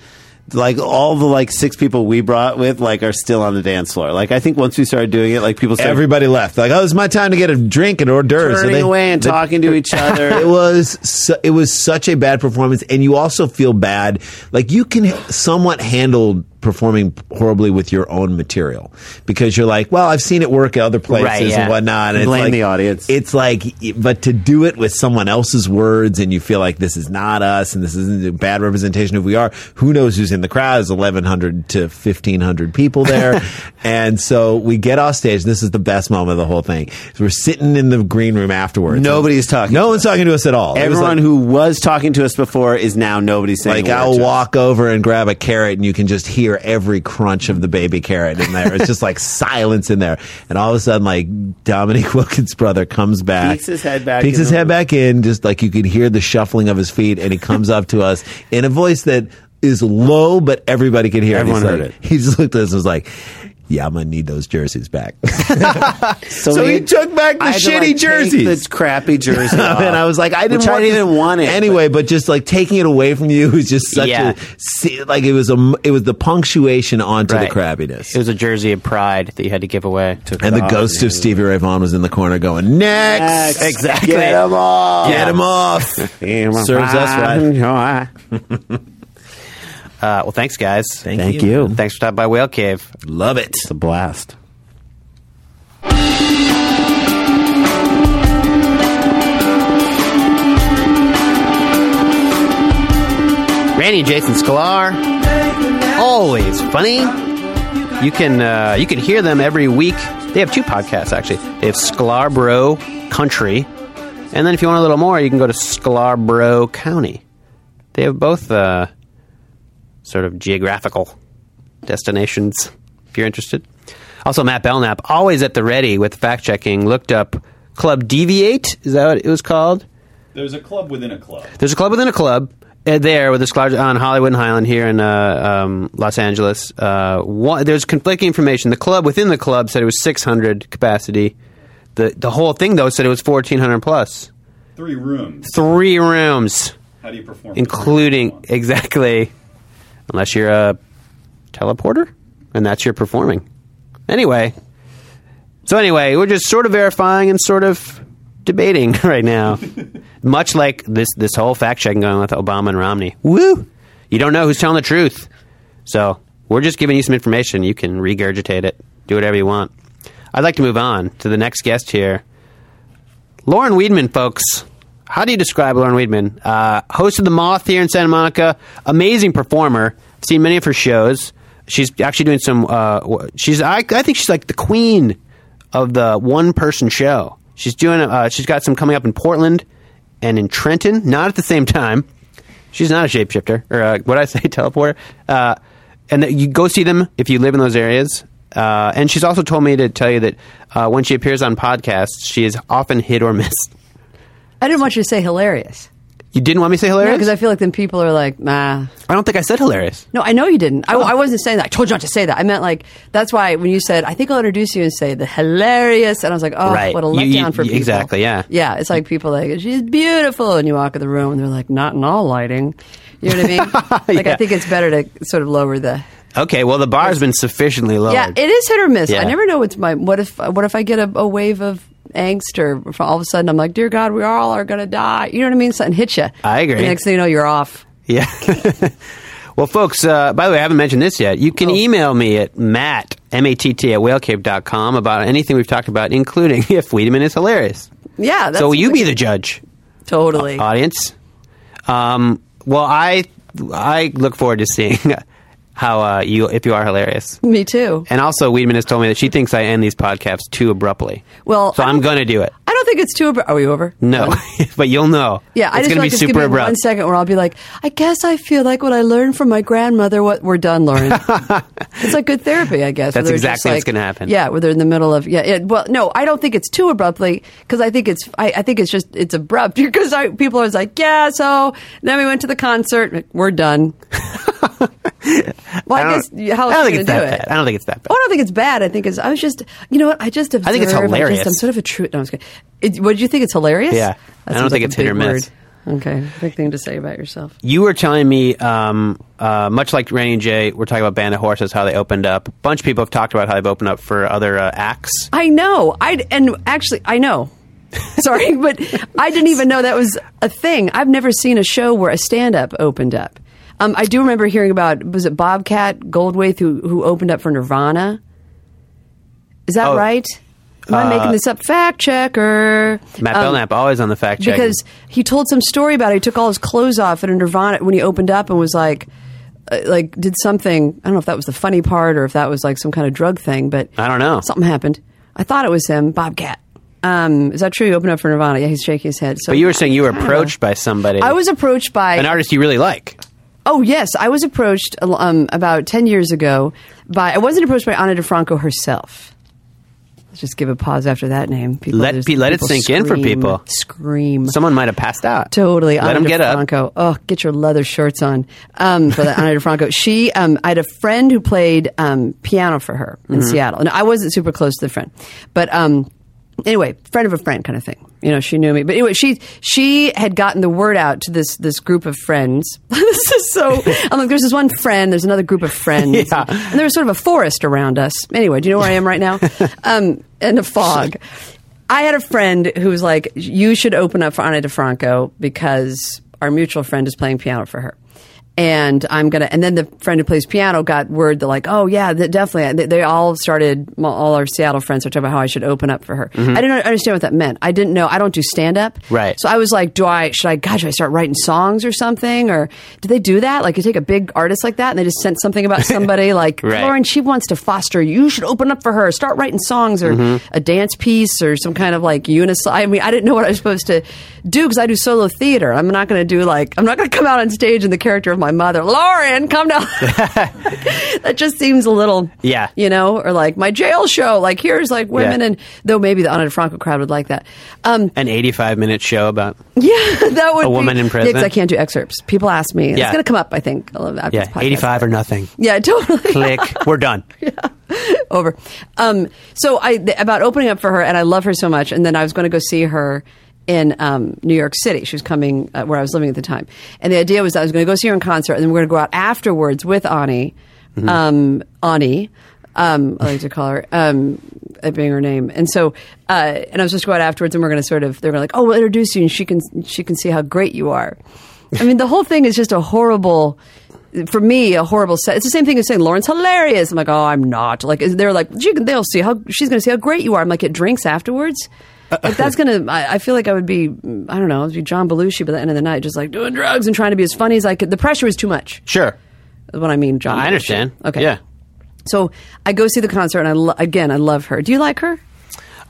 S4: like all the like six people we brought with like are still on the dance floor. Like I think once we started doing it, like people started
S3: Everybody left. Like, oh, it's my time to get a drink and hors d'oeuvres. So
S4: turning
S3: they-
S4: away and
S3: they-
S4: talking to each
S3: it
S4: other.
S3: was su- it was such a bad performance, and you also feel bad. Like you can somewhat handle performing horribly with your own material because you're like, well, I've seen it work at other places
S2: Right, yeah.
S3: and whatnot. And
S4: Blame
S3: it's like,
S4: the audience.
S3: It's like, but to do it with someone else's words, and you feel like this is not us, and this isn't a bad representation of who we are. Who knows who's in the crowd? There's 1,100 to 1,500 people there, and so we get off stage. This is the best moment of the whole thing. So we're sitting in the green room afterwards.
S4: Nobody's talking.
S3: No one's talking to us at all. It was
S4: Everyone
S3: like,
S4: who was talking to us before is now nobody
S3: like
S4: saying. a word
S3: I'll
S4: to us.
S3: walk over and grab a carrot, and you can just hear every crunch of the baby carrot in there. It's just like silence in there, and all of a sudden, like Dominic Wilkins' brother comes back,
S4: Peeks his head back
S3: peeks
S4: in
S3: his
S4: the
S3: head
S4: room.
S3: back in, just like you could hear the shuffling of his feet, and he comes up to us in a voice that is low, but everybody could hear.
S4: Everyone
S3: it. He's
S4: heard
S3: like-
S4: it.
S3: He just looked at us and was like. Yeah, I'm gonna need those jerseys back.
S4: So,
S3: so
S4: we-
S3: he took back the
S4: I had to, like,
S3: shitty
S4: take
S3: jerseys.
S4: the crappy jersey, off.
S3: and I was like, I didn't,
S4: Which I
S3: want
S4: didn't
S3: this-
S4: want it
S3: anyway. But, just like taking it away from you was just such
S2: Yeah.
S3: a see- like it was a it was the punctuation onto
S2: Right.
S3: the crabbiness.
S2: It was a jersey of pride that you had to give away.
S3: and the ghost of Stevie Ray Vaughan was in the corner going, next,
S4: Next. Get 'em all.
S3: get him off. Serves us right.
S4: right.
S2: Uh, well, thanks, guys.
S3: Thank Thank you. you.
S2: Thanks for stopping by Whale Cave.
S3: Love it.
S4: It's a blast.
S2: Randy and Jason Sklar, always funny. You can uh, you can hear them every week. They have two podcasts actually. They have Sklar Bro Country, and then if you want a little more, you can go to Sklar Bro County. They have both uh, sort of geographical destinations if you're interested. Also, Matt Belknap, always at the ready with fact checking, looked up Club Deviate. Is that what it was called?
S5: There's a club within a club.
S2: There's a club within a club uh, there with a club on Hollywood and Highland here in uh, um, Los Angeles. Uh, one, there's conflicting information. The club within the club said it was 600 capacity. The the whole thing though said it was 1400 plus.
S5: Three rooms.
S2: Three rooms,
S5: How do you perform?
S2: including exactly, unless you're a teleporter, and that's your performing. Anyway, so anyway, we're just sort of verifying and sort of debating right now, much like this this whole fact checking going on with Obama and Romney. Woo! You don't know who's telling the truth, so we're just giving you some information. You can regurgitate it, do whatever you want. I'd like to move on to the next guest here, Lauren Weedman, folks. How do you describe Lauren Weedman? Uh, host of the Moth here in Santa Monica, amazing performer. I've seen many of her shows. She's actually doing some. Uh, w- she's I, I think she's like the queen of the one person show. She's doing. Uh, she's got some coming up in Portland and in Trenton, not at the same time. She's not a shapeshifter or uh, what I say teleporter. Uh, and that you go see them if you live in those areas. Uh, and she's also told me to tell you that uh, when she appears on podcasts, she is often hit or miss.
S6: I didn't want you to say hilarious
S2: You didn't want me to say hilarious?
S6: because I feel like then people are like, nah.
S2: I don't think I said hilarious.
S6: No, I know you didn't. I, I wasn't saying that. I told you not to say that. I meant like that's why when you said, I think I'll introduce you and say the hilarious, and I was like, oh,
S2: Right.
S6: what a
S2: You-
S6: letdown
S2: you-
S6: for
S2: you-
S6: people.
S2: exactly, yeah.
S6: Yeah, it's like people like she's beautiful, and you walk in the room and they're like, not in all lighting. You know what I mean? Like
S2: Yeah.
S6: I think it's better to sort of lower the.
S2: Okay, well, the bar's been sufficiently lowered.
S6: Yeah, it is hit or miss.
S2: Yeah.
S6: I never know what's my what if what if I get a, a wave of angst or if all of a sudden I'm like, dear God, we all are gonna die. You know what I mean? Something hits you.
S2: I agree.
S6: The next thing you know, you're off.
S2: Yeah. well, folks, uh, by the way, I haven't mentioned this yet. You can
S6: Oh.
S2: email me at matt, M-A-T-T, at whalecave.com about anything we've talked about, including if Wiedemann is hilarious.
S6: Yeah. That's
S2: so will you be the Uh, judge,
S6: Totally.
S2: audience? Um, well, I I look forward to seeing how uh, you if you are hilarious.
S6: Me too.
S2: And also, Weedman has told me that she thinks I end these podcasts too abruptly.
S6: Well,
S2: so
S6: I
S2: I'm
S6: don't-
S2: going to do it.
S6: I don't think it's too. Abru- are we over?
S2: No, but you'll know.
S6: Yeah,
S2: it's
S6: I just
S2: going
S6: feel
S2: to
S6: like
S2: be
S6: it's gonna
S2: super
S6: be one
S2: abrupt.
S6: second where I'll be like, I guess I feel like what I learned from my grandmother. What we're done, Lauren. it's like good therapy, I guess. where
S2: That's
S6: they're just
S2: exactly what's
S6: like-
S2: gonna happen.
S6: Yeah, where they're in the middle of yeah. It, well, no, I don't think it's too abruptly because I think it's I, I think it's just it's abrupt because I, people are always like, yeah. So then we went to the concert. We're done. well, I, guess
S2: don't,
S6: how
S2: I don't
S6: else are
S2: think
S6: you
S2: it's
S6: gonna
S2: that
S6: do it?
S2: bad. I don't think it's that bad.
S6: Oh, I don't think it's bad. I think it's. I was just. You know what? I just observe.
S2: think it's
S6: I just-
S2: hilarious.
S6: I'm sort of a true. No, I'm just kidding. It, what did you think? It's hilarious.
S2: Yeah.
S6: That
S2: I don't
S6: sounds
S2: think
S6: like
S2: it's
S6: a
S2: hit or
S6: big
S2: miss.
S6: word. Okay. Big thing to say about yourself.
S2: you were telling me, um, uh, much like Randy and Jay, we're talking about Band of Horses, how they opened up. A bunch of people have talked about how they've opened up for other uh, acts.
S6: I know. I and actually I know. Sorry, but I didn't even know that was a thing. I've never seen a show where a stand-up opened up. Um, I do remember hearing about was it Bobcat Goldthwait who who opened up for Nirvana? Is that
S2: Oh. uh,
S6: right? Am I making this up? Fact checker.
S2: Matt
S6: Um,
S2: Belknap always on the fact check.
S6: because he told some story about it. He took all his clothes off at a Nirvana when he opened up and was like, uh, like did something. I don't know if that was the funny part or if that was like some kind of drug thing, but
S2: I don't know.
S6: Something happened. I thought it was him, Bobcat. Um, is that true? He opened up for Nirvana. Yeah, he's shaking his head. So
S2: But you were saying you were approached by somebody.
S6: I was approached by
S2: an artist you really like.
S6: Oh yes, I was approached um, about ten years ago by. I wasn't approached by Anna DeFranco herself. Let's just give a pause after that name. People,
S2: Let-
S6: just-
S2: be- let it
S6: people
S2: sink in for
S6: scream-
S2: people.
S6: Scream.
S2: Someone might have passed out.
S6: Totally.
S2: Let
S6: Ana
S2: them get up.
S6: DeFranco. Oh, get your leather shirts on um, for that Anna DeFranco. She, um, I had a friend who played um, piano for her in
S2: Mm-hmm.
S6: Seattle. And I wasn't super close to the friend. But um, anyway, friend of a friend kind of thing. You know, she knew me. But anyway, she she had gotten the word out to this this group of friends. this is so. I'm like, there's this one friend, there's another group of friends. And there was sort of a forest around us. Anyway, do you know where I am right now? um, and a fog. I had a friend who was like, "You should open up for Ana DeFranco because our mutual friend is playing piano for her." And I'm gonna, and then the friend who plays piano got word that like, oh yeah, that definitely. They, they all started, all our Seattle friends are talking about how I should open up for her. I didn't understand what that meant. I didn't know. I don't do stand up,
S2: Right.
S6: So I was like, do I? Should I? God, should I start writing songs or something? Or do they do that? Like you take a big artist like that, and they just sent something about somebody like
S2: Right.
S6: Lauren she wants to foster. You should open up for her. Start writing songs or
S2: Mm-hmm.
S6: a dance piece or some kind of like unisol. I mean, I didn't know what I was supposed to do because I do solo theater. I'm not going to do like I'm not going to come out on stage in the character of my mother. Lauren, come down. that just seems a little
S2: Yeah.
S6: you know, or like my jail show. Like here's like women
S2: Yeah.
S6: and though maybe the Ana DeFranco crowd would like that. Um,
S2: An 85 minute show about.
S6: yeah, that would
S2: A
S6: be-
S2: woman in
S6: Yeah, 'cause
S2: prison?
S6: I can't do excerpts. People ask me.
S2: Yeah.
S6: It's going to come up. I think. I love that.
S2: Yeah, 85 or nothing.
S6: Yeah, totally.
S2: Click. We're done.
S6: over. Um, so I th- about opening up for her, and I love her so much. And then I was going to go see her in um, New York City. She was coming uh, where I was living at the time, and the idea was I was going to go see her in concert, and then we're going to go out afterwards with Ani, um, Ani. Um, I like to call her um, that being her name, and so uh, and I was just going out afterwards, and we're going to sort of they're gonna like, oh, we'll introduce you, and she can she can see how great you are. I mean, the whole thing is just a horrible for me, a horrible set. It's the same thing as saying Lauren's hilarious. I'm like, oh, I'm not. Like they're like, she can, they'll see how she's going to see how great you are. I'm like, it drinks afterwards.
S2: Uh-uh.
S6: Like that's gonna. I, I feel like I would be. I don't know. I'd be John Belushi by the end of the night, just like doing drugs and trying to be as funny as I could. The pressure was too much.
S2: Sure.
S6: Is what I mean, John.
S2: I
S6: Belushi.
S2: understand.
S6: Okay.
S2: Yeah.
S6: So I go see the concert, and I lo- again, I love her. Do you like her?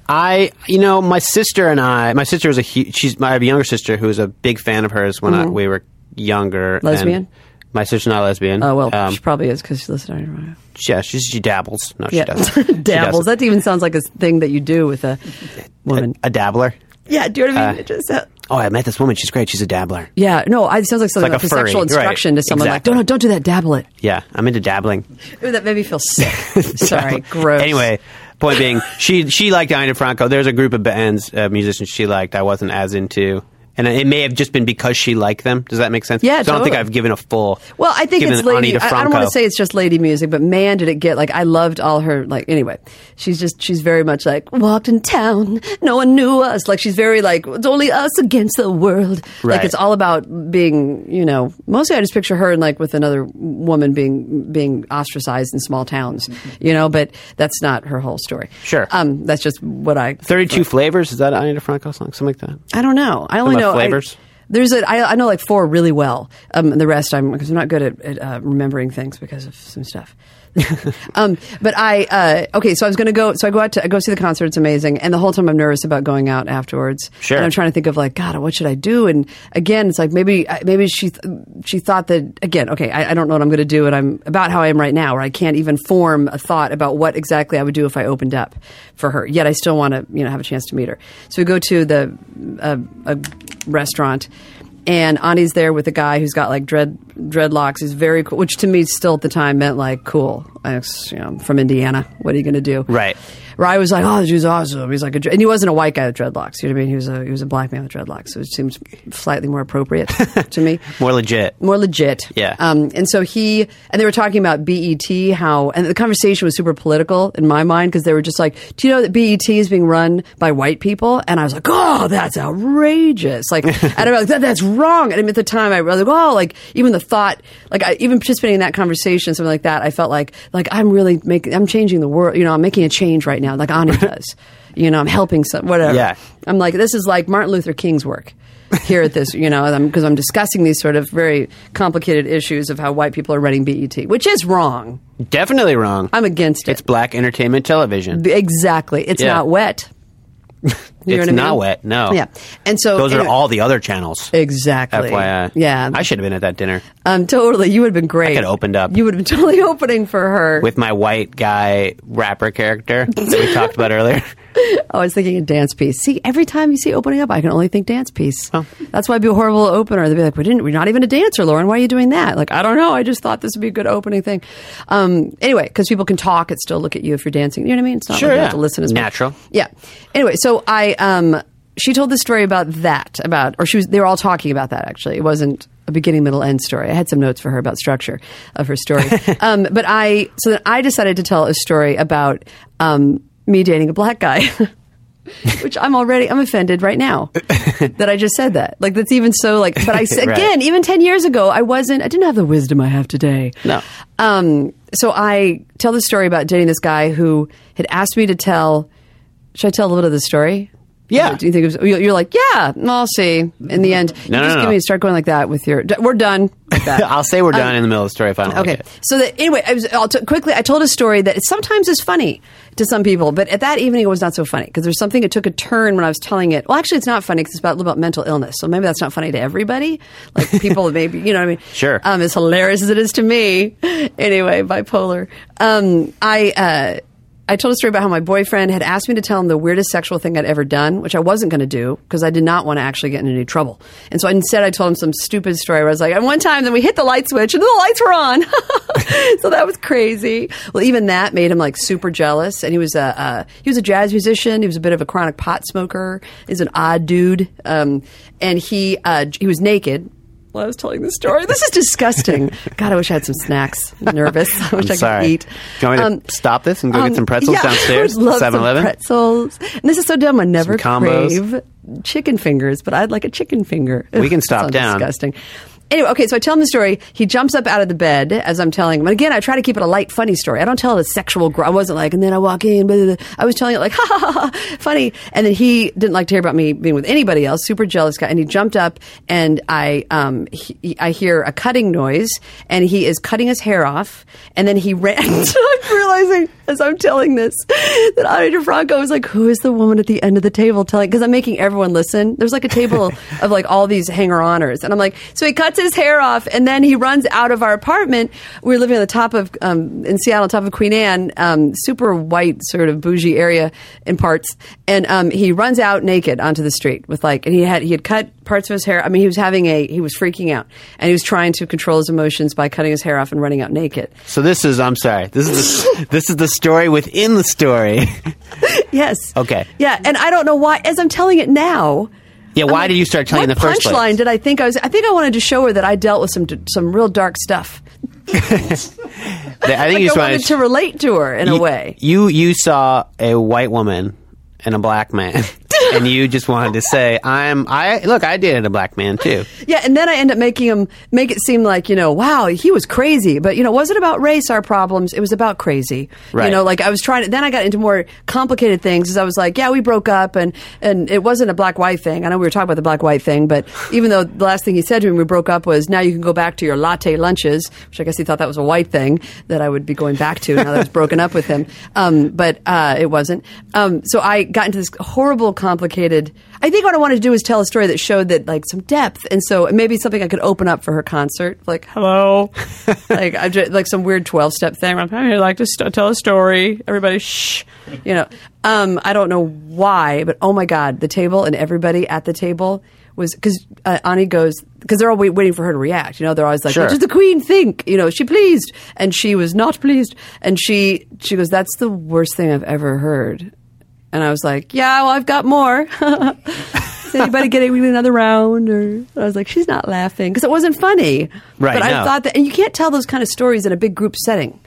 S2: I, you know, my sister and I, my sister was a huge, she's, my, I have a younger sister who was a big fan of hers when I, we were younger. and
S6: Mm-hmm. Lesbian?
S2: my sister's not a lesbian.
S6: Oh well,
S2: Um,
S6: she probably is because she listened to her.
S2: yeah, she, she dabbles. No,
S6: Yeah,
S2: she doesn't. She
S6: dabbles.
S2: doesn't.
S6: That even sounds like a thing that you do with a woman.
S2: A dabbler.
S6: yeah, do you know what I mean? It just, uh,
S2: Oh, I met this woman. She's great. She's a dabbler.
S6: Yeah, no, I- it sounds like something
S2: Like
S6: like,
S2: a
S6: a
S2: furry,
S6: sexual
S2: right,
S6: instruction to someone like,
S2: exactly.
S6: don't, no, don't do that, dabble it.
S2: Yeah, I'm into dabbling.
S6: Ooh, that made me feel sick. Sorry, gross.
S2: Anyway, point being, she she liked Ina Franco. There's a group of bands, uh, musicians she liked. I wasn't as into, and it may have just been because she liked them. Does that make sense?
S6: Yeah,
S2: So I don't think
S6: totally.
S2: I've given a full.
S6: Well, I think
S2: given
S6: it's
S2: an Ani
S6: lady. I, I don't
S2: DeFranco.
S6: want to say it's just lady music, but man, did it get like I loved all her. Like anyway, she's just she's very much like walked in town, no one knew us. Like she's very like it's only us against the world.
S2: Right.
S6: Like it's all about being, you know. Mostly, I just picture her and like with another woman being being ostracized in small towns, you know. But that's not her whole story.
S2: Sure.
S6: Um, that's just what I
S2: Thirty-two flavors is that an Ina Franco song? Something like that.
S6: I don't know. I only
S2: about
S6: know I-
S2: flavors?
S6: there's a I, I know like four really well. Um, and the rest I'm because I'm not good at, at uh, remembering things because of some stuff. um, but I uh, okay, so I was gonna go. So I go out to I go see the concert. It's amazing, and the whole time I'm nervous about going out afterwards.
S2: Sure.
S6: And I'm trying to think of like God, what should I do? And again, it's like maybe I- maybe she th- she thought that again. Okay, I, I don't know what I'm gonna do, and I'm about how I am right now, where I can't even form a thought about what exactly I would do if I opened up for her. Yet I still want to you know have a chance to meet her. So we go to the uh, a, a restaurant. And Ani's there with a guy who's got like dread dreadlocks. He's very cool, which to me still at the time meant like cool. I, was, you know, I'm from Indiana. What are you going to do?
S2: Right.
S6: where I was like, oh, the dude's awesome. He's like, a, dr-" and he wasn't a white guy with dreadlocks. You know what I mean? He was a he was a black man with dreadlocks, so it seems slightly more appropriate to me
S2: More legit.
S6: more legit.
S2: Yeah.
S6: Um, and so he and they were talking about BET, how and the conversation was super political in my mind because they were just like, "Do you know that BET is being run by white people?" And I was like, "Oh, that's outrageous!" Like, and I'm like, that, "That's wrong." And I mean, at the time, I was like, "Oh, like even the thought, like I, even participating in that conversation, something like that, I felt like like I'm really making, I'm changing the world. You know, I'm making a change right now, like Ani does. You know, I'm helping some whatever.
S2: Yeah.
S6: I'm like, this is like Martin Luther King's work here at this, you know, because I'm, discussing these sort of very complicated issues of how white people are running BET, which is wrong.
S2: Definitely wrong.
S6: I'm against it.
S2: it's black entertainment television.
S6: exactly. It's
S2: Yeah.
S6: not wet. You know
S2: it's
S6: what I
S2: not
S6: mean?
S2: wet. No.
S6: Yeah. And so
S2: Those are
S6: anyway-
S2: all the other channels.
S6: Exactly.
S2: FYI.
S6: Yeah.
S2: I should have been at that dinner
S6: um, totally. You would have been great.
S2: could've opened up.
S6: You would have been totally opening for her.
S2: with my white guy rapper character that we talked about earlier.
S6: Oh, I was thinking a dance piece. See, every time you see opening up, I can only think dance piece. That's why I'd be a horrible opener. They'd be like, "We didn't. We're not even a dancer, Lauren. Why are you doing that?" Like, I don't know. I just thought this would be a good opening thing. Um, anyway, because people can talk and still look at you if you're dancing. You know what I mean? It's not
S2: Sure,
S6: like you
S2: yeah.
S6: have to listen as much.
S2: Natural.
S6: Yeah. Anyway, so I um, she told the story about that about or she was they were all talking about that actually. It wasn't a beginning, middle, end story. I had some notes for her about structure of her story. um, but I so then I decided to tell a story about um, me dating a black guy. Which I'm already I'm offended right now that I just said that. Like that's even so like. But I s-
S2: Right.
S6: again even ten years ago I wasn't I didn't have the wisdom I have today.
S2: No.
S6: Um, so I tell the story about dating this guy who had asked me to tell. Should I tell a little bit of the story?
S2: Yeah.
S6: Do you think it was, you're you're like, yeah, I'll see. In the end, you
S2: no,
S6: just
S2: no,
S6: give
S2: no.
S6: me start going like that with your. We're done. Like that.
S2: I'll say we're done in the middle of the story if I don't
S6: Um, Okay.
S2: like it.
S6: So that anyway, I was I'll t- quickly. I told a story that sometimes is funny to some people, but at that evening it was not so funny because there's something. It took a turn when I was telling it. Well, actually, it's not funny because it's about, about mental illness. So maybe that's not funny to everybody. Like people, maybe you know what I mean.
S2: Sure.
S6: Um, as hilarious as it is to me, anyway, bipolar. Um, I. Uh, I told a story about how my boyfriend had asked me to tell him the weirdest sexual thing I'd ever done, which I wasn't going to do because I did not want to actually get in any trouble. And so instead, I told him some stupid story where I was like, and one time, then we hit the light switch and the lights were on. so that was crazy. Well, even that made him like super jealous. And he was a uh, he was a jazz musician. He was a bit of a chronic pot smoker. He's an odd dude. Um, and he uh, he was naked. While I was telling this story, this is disgusting. God, I wish I had some snacks. I'm nervous. I wish
S2: I'm
S6: I
S2: sorry.
S6: could eat.
S2: Do you want me to
S6: Um,
S2: stop this and go
S6: um,
S2: get some pretzels
S6: yeah,
S2: downstairs?
S6: I would love some
S2: 7-Eleven?
S6: pretzels. And this is so dumb. I never
S2: Some combos.
S6: crave chicken fingers, but I'd like a chicken finger.
S2: We can
S6: Ugh,
S2: stop
S6: sounds
S2: down.
S6: Disgusting. Anyway, okay, so I tell him the story. He jumps up out of the bed as I'm telling him. And again, I try to keep it a light, funny story. I don't tell it a sexual. Gr- I wasn't like, and then I walk in. Blah, blah, blah. I was telling it like, ha ha ha, ha, funny. And then he didn't like to hear about me being with anybody else. Super jealous guy. And he jumped up, and I, um, he, I hear a cutting noise, and he is cutting his hair off. And then he ran. I'm realizing as I'm telling this that Ani DeFranco was like, "Who is the woman at the end of the table telling?" Because I'm making everyone listen. There's like a table of like all these hanger-oners, and I'm like, so he cuts his hair off, and then he runs out of our apartment. We were living on the top of um, in Seattle, top of Queen Anne, um, super white sort of bougie area in parts, and um, he runs out naked onto the street with like, and he had he had cut parts of his hair. I mean, he was having a he was freaking out, and he was trying to control his emotions by cutting his hair off and running out naked.
S2: So this is I'm sorry. This is the, this is the story within the story.
S6: Yes.
S2: Okay.
S6: Yeah, and I don't know why. As I'm telling it now,
S2: Yeah,
S6: I'm
S2: why
S6: like,
S2: did you start telling
S6: what
S2: in the first place?
S6: punchline? Did I think I was? I think I wanted to show her that I dealt with some some real dark stuff.
S2: I think
S6: Like
S2: you
S6: I
S2: just wanted
S6: wanted to relate to her in a
S2: you-
S6: way.
S2: You you saw a white woman and a black man, and you just wanted to say, "I'm I look, I dated a black man too."
S6: Yeah, and then I end up making him make it seem like you know, wow, he was crazy, but you know, it wasn't about race our problems. It was about crazy.
S2: Right.
S6: You know, like I was trying to. Then I got into more complicated things. As I was like, yeah, we broke up, and and it wasn't a black white thing. I know we were talking about the black white thing, but even though the last thing he said to me when we broke up was, now you can go back to your latte lunches, which I guess he thought that was a white thing that I would be going back to now that I was broken up with him. Um, but uh, it wasn't. Um, so I got into this horrible, complicated. I think what I wanted to do was tell a story that showed that like some depth, and so maybe something I could open up for her concert, like hello, like I just, like some weird twelve step thing. where I'm "Hey, I'd like to st- tell a story. Everybody, shh, you know. Um, I don't know why, but oh my god, the table and everybody at the table was because uh, Ani goes. because they're all wait, waiting for her to react. You know, they're always like,
S4: Sure.
S6: "What does the queen think?" You know, is she pleased, and she was not pleased, and she she goes, "That's the worst thing I've ever heard." And I was like, "Yeah, well, I've got more." Is anybody getting me another round? Or and I was like, "She's not laughing because it wasn't funny."
S2: Right,
S6: But
S2: no.
S6: I thought that, and you can't tell those kind of stories in a big group setting.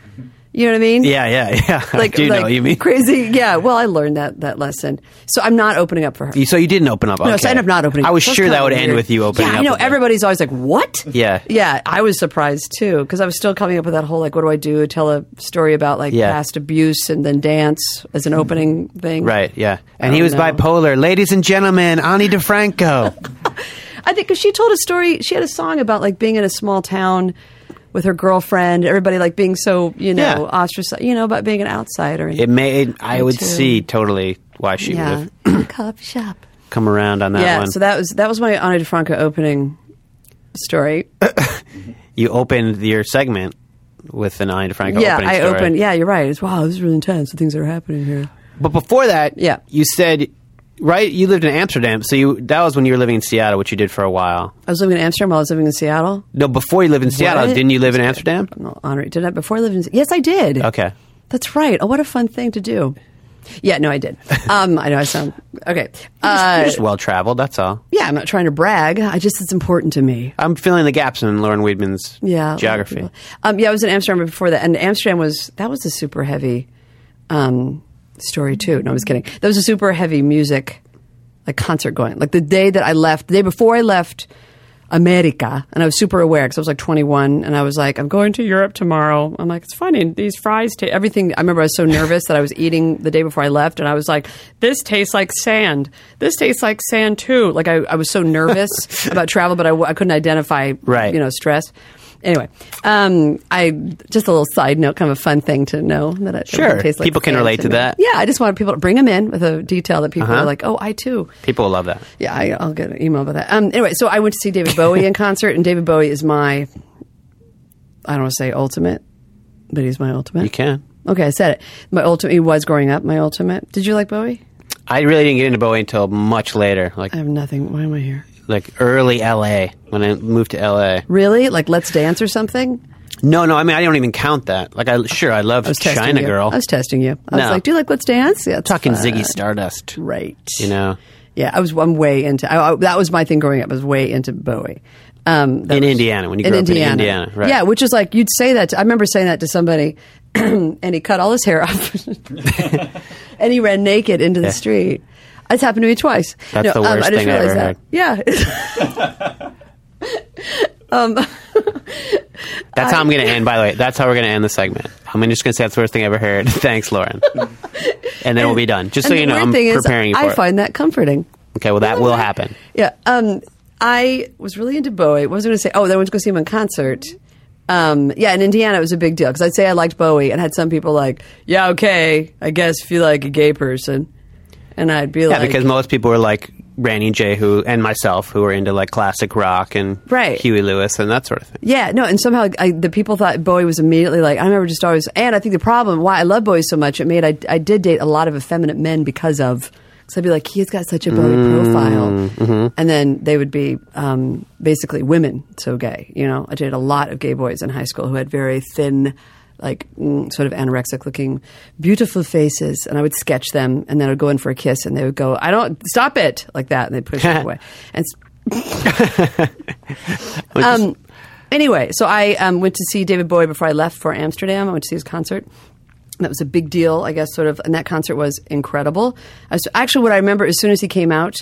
S6: You know what I mean?
S2: Yeah, yeah, yeah.
S6: Like,
S2: I do know
S6: like
S2: what you mean.
S6: crazy. Yeah. Well, I learned that that lesson, so I'm not opening up for her.
S2: You- So you didn't open up.
S6: No,
S2: okay.
S6: so I end up not opening.
S2: I was
S6: That's
S2: sure that
S6: kinda
S2: would end
S6: weird.
S2: with you opening
S6: yeah,
S2: up.
S6: I know
S2: with it.
S6: everybody's always like, "What?"
S2: Yeah.
S6: yeah. I was surprised too because I was still coming up with that whole like, "What do I do?" Tell a story about like
S2: Yeah.
S6: past abuse and then dance as an opening thing.
S2: Right, yeah. And
S6: I
S2: he
S6: don't
S2: was
S6: know.
S2: bipolar. Ladies and gentlemen, Ani DeFranco.
S6: I think because she told a story. She had a song about like being in a small town with her girlfriend. Everybody like being so you know
S2: Yeah.
S6: ostracized. You know about being an outsider. And,
S2: it made, I
S6: Me
S2: would
S6: too.
S2: see totally why she would
S6: yeah,
S2: have
S6: coffee shop.
S2: come around on that
S6: yeah.
S2: one.
S6: So that was that was my Ana DeFranco opening story.
S2: you opened your segment with an Ani DeFranco
S6: yeah,
S2: opening
S6: I
S2: story.
S6: opened. Yeah, you're right. It's wow. This is really intense. The things that are happening here.
S2: But before that,
S6: Yeah.
S2: you said, right, you lived in Amsterdam. So you that was when you were living in Seattle, which you did for a while.
S6: I was living in Amsterdam while I was living in Seattle.
S2: No, before you lived in Seattle,
S6: What?
S2: didn't you live in Amsterdam?
S6: No, honorary. Did I before I lived in? Yes, I did.
S2: Okay.
S6: That's right. Oh, what a fun thing to do. Yeah, no, I did. Um, I know I sound
S2: You're
S6: okay. Uh,
S2: just well traveled, that's all.
S6: yeah, I'm not trying to brag. I just it's important to me.
S2: I'm filling the gaps in Lauren Weidman's
S6: Yeah, a lot of
S2: geography.
S6: people- Um, yeah, I was in Amsterdam before that, and Amsterdam was that was a super heavy um, story too. No, I was kidding. That was a super heavy music like concert going. Like the day that I left, the day before I left America, and I was super aware because I was like 21, and I was like, I'm going to Europe tomorrow. I'm like, it's funny. These fries taste everything. I remember I was so nervous that I was eating the day before I left, and I was like, this tastes like sand. This tastes like sand too. Like I, I was so nervous about travel, but I, w- I couldn't identify,
S2: Right.
S6: you know, stress. Anyway, um, I just a little side note, kind of a fun thing to know that it
S2: Sure.
S6: tastes like
S2: People can
S6: sand
S2: relate to
S6: me.
S2: that. Uh-huh.
S6: Yeah, I just wanted people to bring them in with a detail that people are like, oh, I too
S2: People will love that.
S6: yeah, I, I'll get an email about that. Um, anyway, so I went to see David Bowie in concert, and David Bowie is my, I don't want to say ultimate, but he's my ultimate.
S2: You can.
S6: Okay, I said it. My ultimate, he was growing up, my ultimate. Did you like Bowie?
S2: I really didn't get into Bowie until much later, like
S6: I have nothing. Why am I here?
S2: like early LA when I moved to LA.
S6: Really? Like Let's Dance or something?
S2: No, no, I mean I don't even count that. Like I sure I love
S6: I was testing
S2: China
S6: you.
S2: Girl.
S6: I was testing you. I
S2: No.
S6: was like, do you like Let's Dance? Yeah, it's
S2: talking
S6: fun.
S2: Ziggy Stardust.
S6: Right.
S2: You know,
S6: Yeah, I was. I'm way into. I, I, that was my thing growing up. I was way into Bowie. Um, that
S2: In
S6: was-
S2: Indiana, when you grew up in Indiana, right.
S6: Yeah, which is like you'd say that. To, I remember saying that to somebody, and he cut all his hair off, and he ran naked into the street. It's happened to me twice. um,
S2: That's the worst
S6: I just
S2: thing I
S6: realized
S2: ever
S6: that.
S2: heard.
S6: Yeah,
S2: that's how I'm going to end. By the way, that's how we're going to end the segment. I'm just going to say that's the worst thing I ever heard. Thanks, Lauren. and then we'll be done. Just so
S6: And
S2: you
S6: the
S2: know,
S6: weird
S2: I'm
S6: thing is,
S2: preparing you for
S6: I
S2: it.
S6: find that comforting.
S2: okay, well that will happen.
S6: Yeah. Um, I was really into Bowie. What was I going to say? Oh, then I went to go see him in concert. Um, yeah, in Indiana, it was a big deal because I'd say I liked Bowie and had some people like, yeah, okay, I guess if you like a gay person. And I'd be
S2: Yeah,
S6: like,
S2: because most people were like Randy J, who and myself, who were into like classic rock and
S6: Right.
S2: Huey Lewis and that sort of thing.
S6: yeah, no. And somehow I, the people thought Bowie was immediately like, I remember just always, and I think the problem why I love Bowie so much, it made I, I did date a lot of effeminate men because of, because I'd be like, he's got such a Bowie profile. And then they would be um, basically women, so gay. You know, I dated a lot of gay boys in high school who had very thin, like mm, sort of anorexic looking, beautiful faces. And I would sketch them and then I'd go in for a kiss and they would go, I don't, stop it, like that. And they'd push me away. And s- um, anyway, so I um, went to see David Bowie before I left for Amsterdam. I went to see his concert. That was a big deal, I guess, sort of. And that concert was incredible. I was, actually, what I remember as soon as he came out,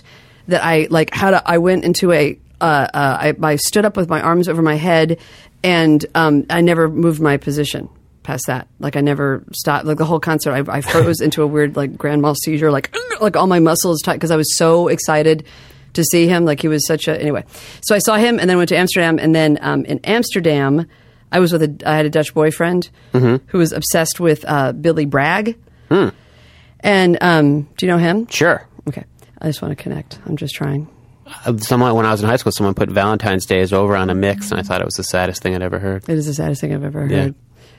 S6: that I like had a, I went into a uh, uh, I, I stood up with my arms over my head, and um, I never moved my position past that. Like I never stopped. Like the whole concert, I, I froze into a weird like grand mal seizure. Like like all my muscles tight because I was so excited to see him. Like he was such a anyway. So I saw him and then went to Amsterdam and then um, in Amsterdam I was with a I had a Dutch boyfriend
S2: Mm-hmm.
S6: who was obsessed with uh, Billy Bragg. And um, do you know him?
S2: Hmm. Sure.
S6: Okay, I just want to connect. I'm just trying.
S2: Uh, Someone when I was in high school, someone put Valentine's Day is over on a mix, and I thought it was the saddest thing I'd ever heard.
S6: It is the saddest thing I've ever
S2: Yeah.
S6: heard.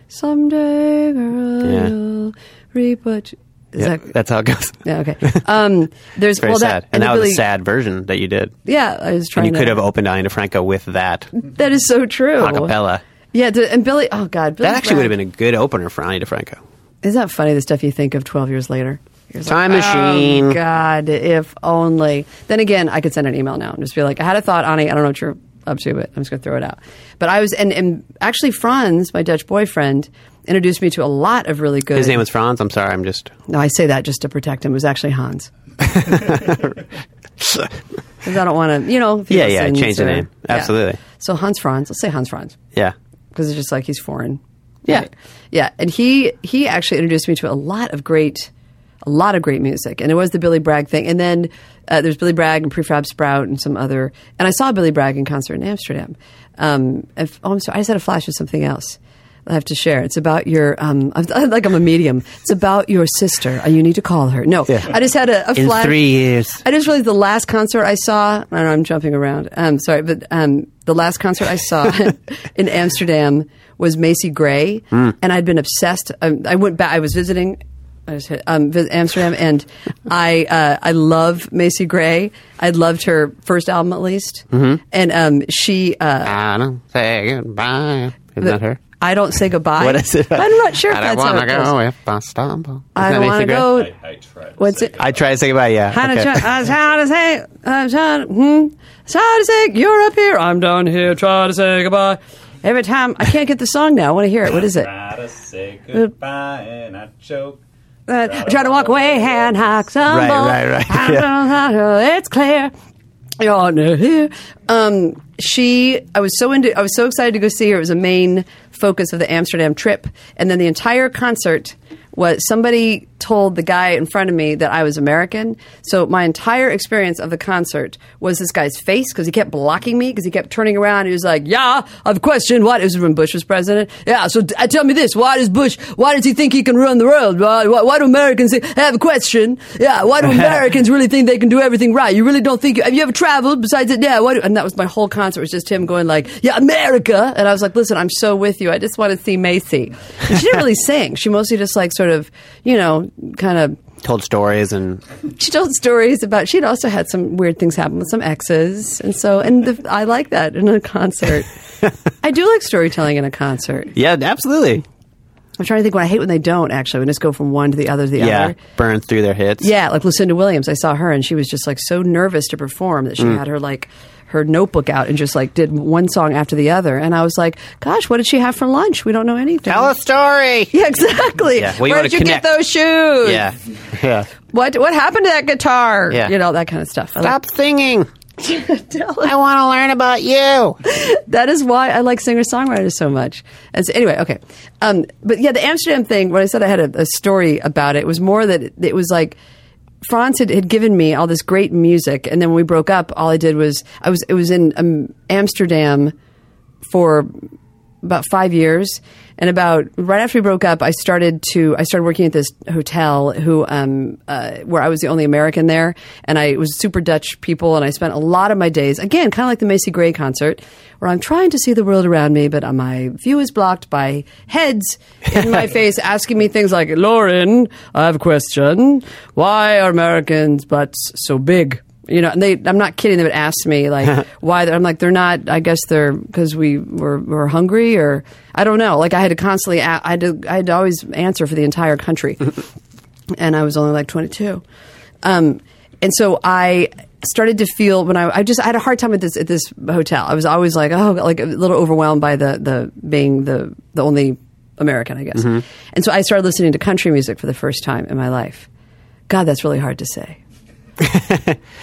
S6: Someday, girl,
S2: Yeah.
S6: you'll reap what. You, Is
S2: Yeah,
S6: that-
S2: that's how it goes.
S6: yeah, okay. Um, there's
S2: Very
S6: well
S2: sad.
S6: that
S2: and
S6: the
S2: that was
S6: Billy-
S2: a sad version that you did.
S6: Yeah, I was trying.
S2: And you
S6: to,
S2: could have opened Ani DeFranco with that
S6: That is so true.
S2: acapella.
S6: Yeah, the, and Billy. Oh God, Billy
S2: That actually would have
S6: Bragg-
S2: been a good opener for Ani DeFranco.
S6: Isn't that funny? The stuff you think of twelve years later. You're just
S2: Time
S6: like,
S2: machine.
S6: Oh, God, if only. Then again, I could send an email now and just be like, I had a thought, Ani. I don't know what you're up to, but I'm just going to throw it out. But I was, and, and actually, Franz, my Dutch boyfriend, introduced me to a lot of really good.
S2: His name was Franz. I'm sorry. I'm just.
S6: No, I say that just to protect him. It was actually Hans. 'Cause I don't want to, you know. if he
S2: Yeah, yeah,
S6: listens
S2: change the
S6: or-
S2: name.
S6: yeah.
S2: Absolutely.
S6: So Hans Franz. Let's say Hans Franz
S2: Yeah.
S6: because it's just like he's foreign.
S2: Yeah.
S6: yeah. And he he actually introduced me to a lot of great, a lot of great music, and it was the Billy Bragg thing. And then uh, there's Billy Bragg and Prefab Sprout and some other. And I saw Billy Bragg in concert in Amsterdam. Um, if, oh, I'm sorry, I just had a flash of something else. I have to share. It's about your, um, I'm, like I'm a medium. It's about your sister. Uh, You need to call her. No, I just had a, a
S2: In
S6: flash.
S2: three years.
S6: I just realized the last concert I saw. I don't know, I'm jumping around. Um, sorry, but um, the last concert I saw in Amsterdam was Macy Gray,
S2: Hmm.
S6: and I'd been obsessed. I, I went back. I was visiting. I just hit, um, vis- Amsterdam, and I uh, I love Macy Gray. I loved her first album at least,
S2: Mm-hmm.
S6: and um, she. Uh,
S2: I don't say goodbye. Isn't that her?
S6: I don't say goodbye.
S2: What is it?
S6: I'm not sure if
S2: I
S6: that's
S2: don't
S6: how it
S2: wanna
S6: goes.
S2: go if I stumble. Isn't
S6: I
S2: that
S6: don't
S2: Macy
S6: want to
S2: Gray?
S6: go.
S5: I, I tried. to
S6: What's
S5: say
S6: it?
S2: I tried to say goodbye. Yeah.
S6: How to
S2: Okay.
S6: try, uh, how to say, uh, try to, hmm, try to say, you're up here, I'm down here, try to say goodbye. Every time, I can't get the song now. I want to hear it. What is it?
S5: Try to say goodbye and I choke.
S6: Uh, try to walk away, hand high, stumble.
S2: Right, right, right.
S6: I don't know how to- It's clear. You're on here. Um, she, I was so into, I was so excited to go see her. It was a main focus of the Amsterdam trip, and then the entire concert was somebody told the guy in front of me that I was American. So my entire experience of the concert was this guy's face because he kept blocking me because he kept turning around. He was like, "Yeah, I've questioned what." It was when Bush was president. Yeah, so t- tell me this: Why does Bush? Why does he think he can run the world? Why, why, why do Americans think, have a question? Yeah, why do Americans really think they can do everything right? You really don't think? You, have you ever traveled besides it? Yeah, why do, and that was my whole concert was just him going like, "Yeah, America," and I was like, "Listen, I'm so with you. I just want to see Macy." And she didn't really sing. She mostly just like sort of, you know, kind of
S2: Told stories and
S6: she told stories about she'd also had some weird things happen with some exes and so and the, i like that in a concert i do like storytelling in a concert
S2: yeah, absolutely.
S6: i'm trying to think what i hate when they don't actually when they just go from one to the other to the
S2: Yeah,
S6: other
S2: burns through their hits.
S6: yeah like lucinda williams i saw her and she was just like so nervous to perform that she
S2: Mm.
S6: had her like her notebook out and just like did one song after the other and i was like gosh what did she have for lunch we don't know anything
S2: Tell a story.
S6: yeah exactly
S2: Yeah, well, you
S6: where
S2: wanna
S6: did you
S2: connect.
S6: get those shoes
S2: Yeah. Yeah.
S6: what what happened to that guitar
S2: Yeah.
S6: you know that kind of stuff I like-
S2: Stop singing.
S6: Tell
S2: I want to learn about you.
S6: that is why I like singer songwriters so much. And so, anyway, okay. Um, but yeah, the Amsterdam thing, when I said I had a, a story about it, it was more that it, it was like Franz had, had given me all this great music. And then when we broke up, all I did was, I was, it was in um, Amsterdam for about five years. And about right after we broke up, I started to I started working at this hotel who um, uh, where I was the only American there, and I it was super Dutch people, and I spent a lot of my days again, kind of like the Macy Gray concert, where I'm trying to see the world around me, but uh, my view is blocked by heads in my face asking me things like, "Lauren, I have a question. Why are Americans butts so big?" you know, and they, I'm not kidding. They would ask me like, why? they're- I'm like, they're not. I guess they're because we were, were hungry, or I don't know. Like I had to constantly, a- I had to, I had to always answer for the entire country, and I was only like 22. Um, and so I started to feel when I, I just I had a hard time at this at this hotel. I was always like, oh, like a little overwhelmed by the the being the the only American, I guess. And so I started listening to country music for the first time in my life. God, that's really hard to say.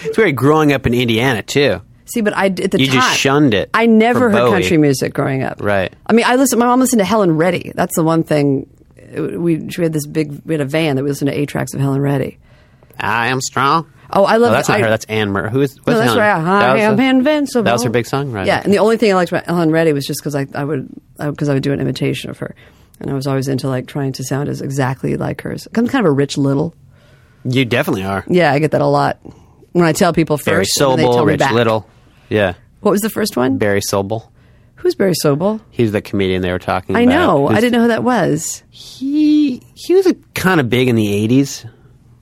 S2: It's weird growing up in Indiana, too.
S6: See, but I at the
S2: You
S6: time
S2: just shunned it
S6: I never
S2: for
S6: heard
S2: Bowie.
S6: country music growing up.
S2: Right.
S6: I mean, I listened. My mom listened to Helen Reddy. That's the one thing. uh, We we had this big we had a van that we listened to eight tracks of Helen Reddy.
S2: I am strong.
S6: Oh, I love
S2: No, that's not
S6: I-
S2: her. That's Anne Murray. Who is? What's
S6: No, that's
S2: Helen?
S6: right. I
S2: That
S6: am
S2: was a-
S6: invincible.
S2: That was her big song, right?
S6: Yeah, and the only thing I liked about Helen Reddy was just because I, I would because I would do an imitation of her, and I was always into like trying to sound as exactly like hers. I'm kind of a rich little.
S2: You definitely are.
S6: Yeah, I get that a lot when I tell people
S2: Barry
S6: first. and then they tell
S2: Sobel,
S6: me
S2: Rich
S6: back.
S2: Little. Yeah.
S6: What was the first one?
S2: Barry Sobel.
S6: Who's Barry Sobel?
S2: He's the comedian they were talking
S6: I
S2: about.
S6: know. I
S2: Who's-
S6: didn't know who that was.
S2: He he was kind of big in the 80s.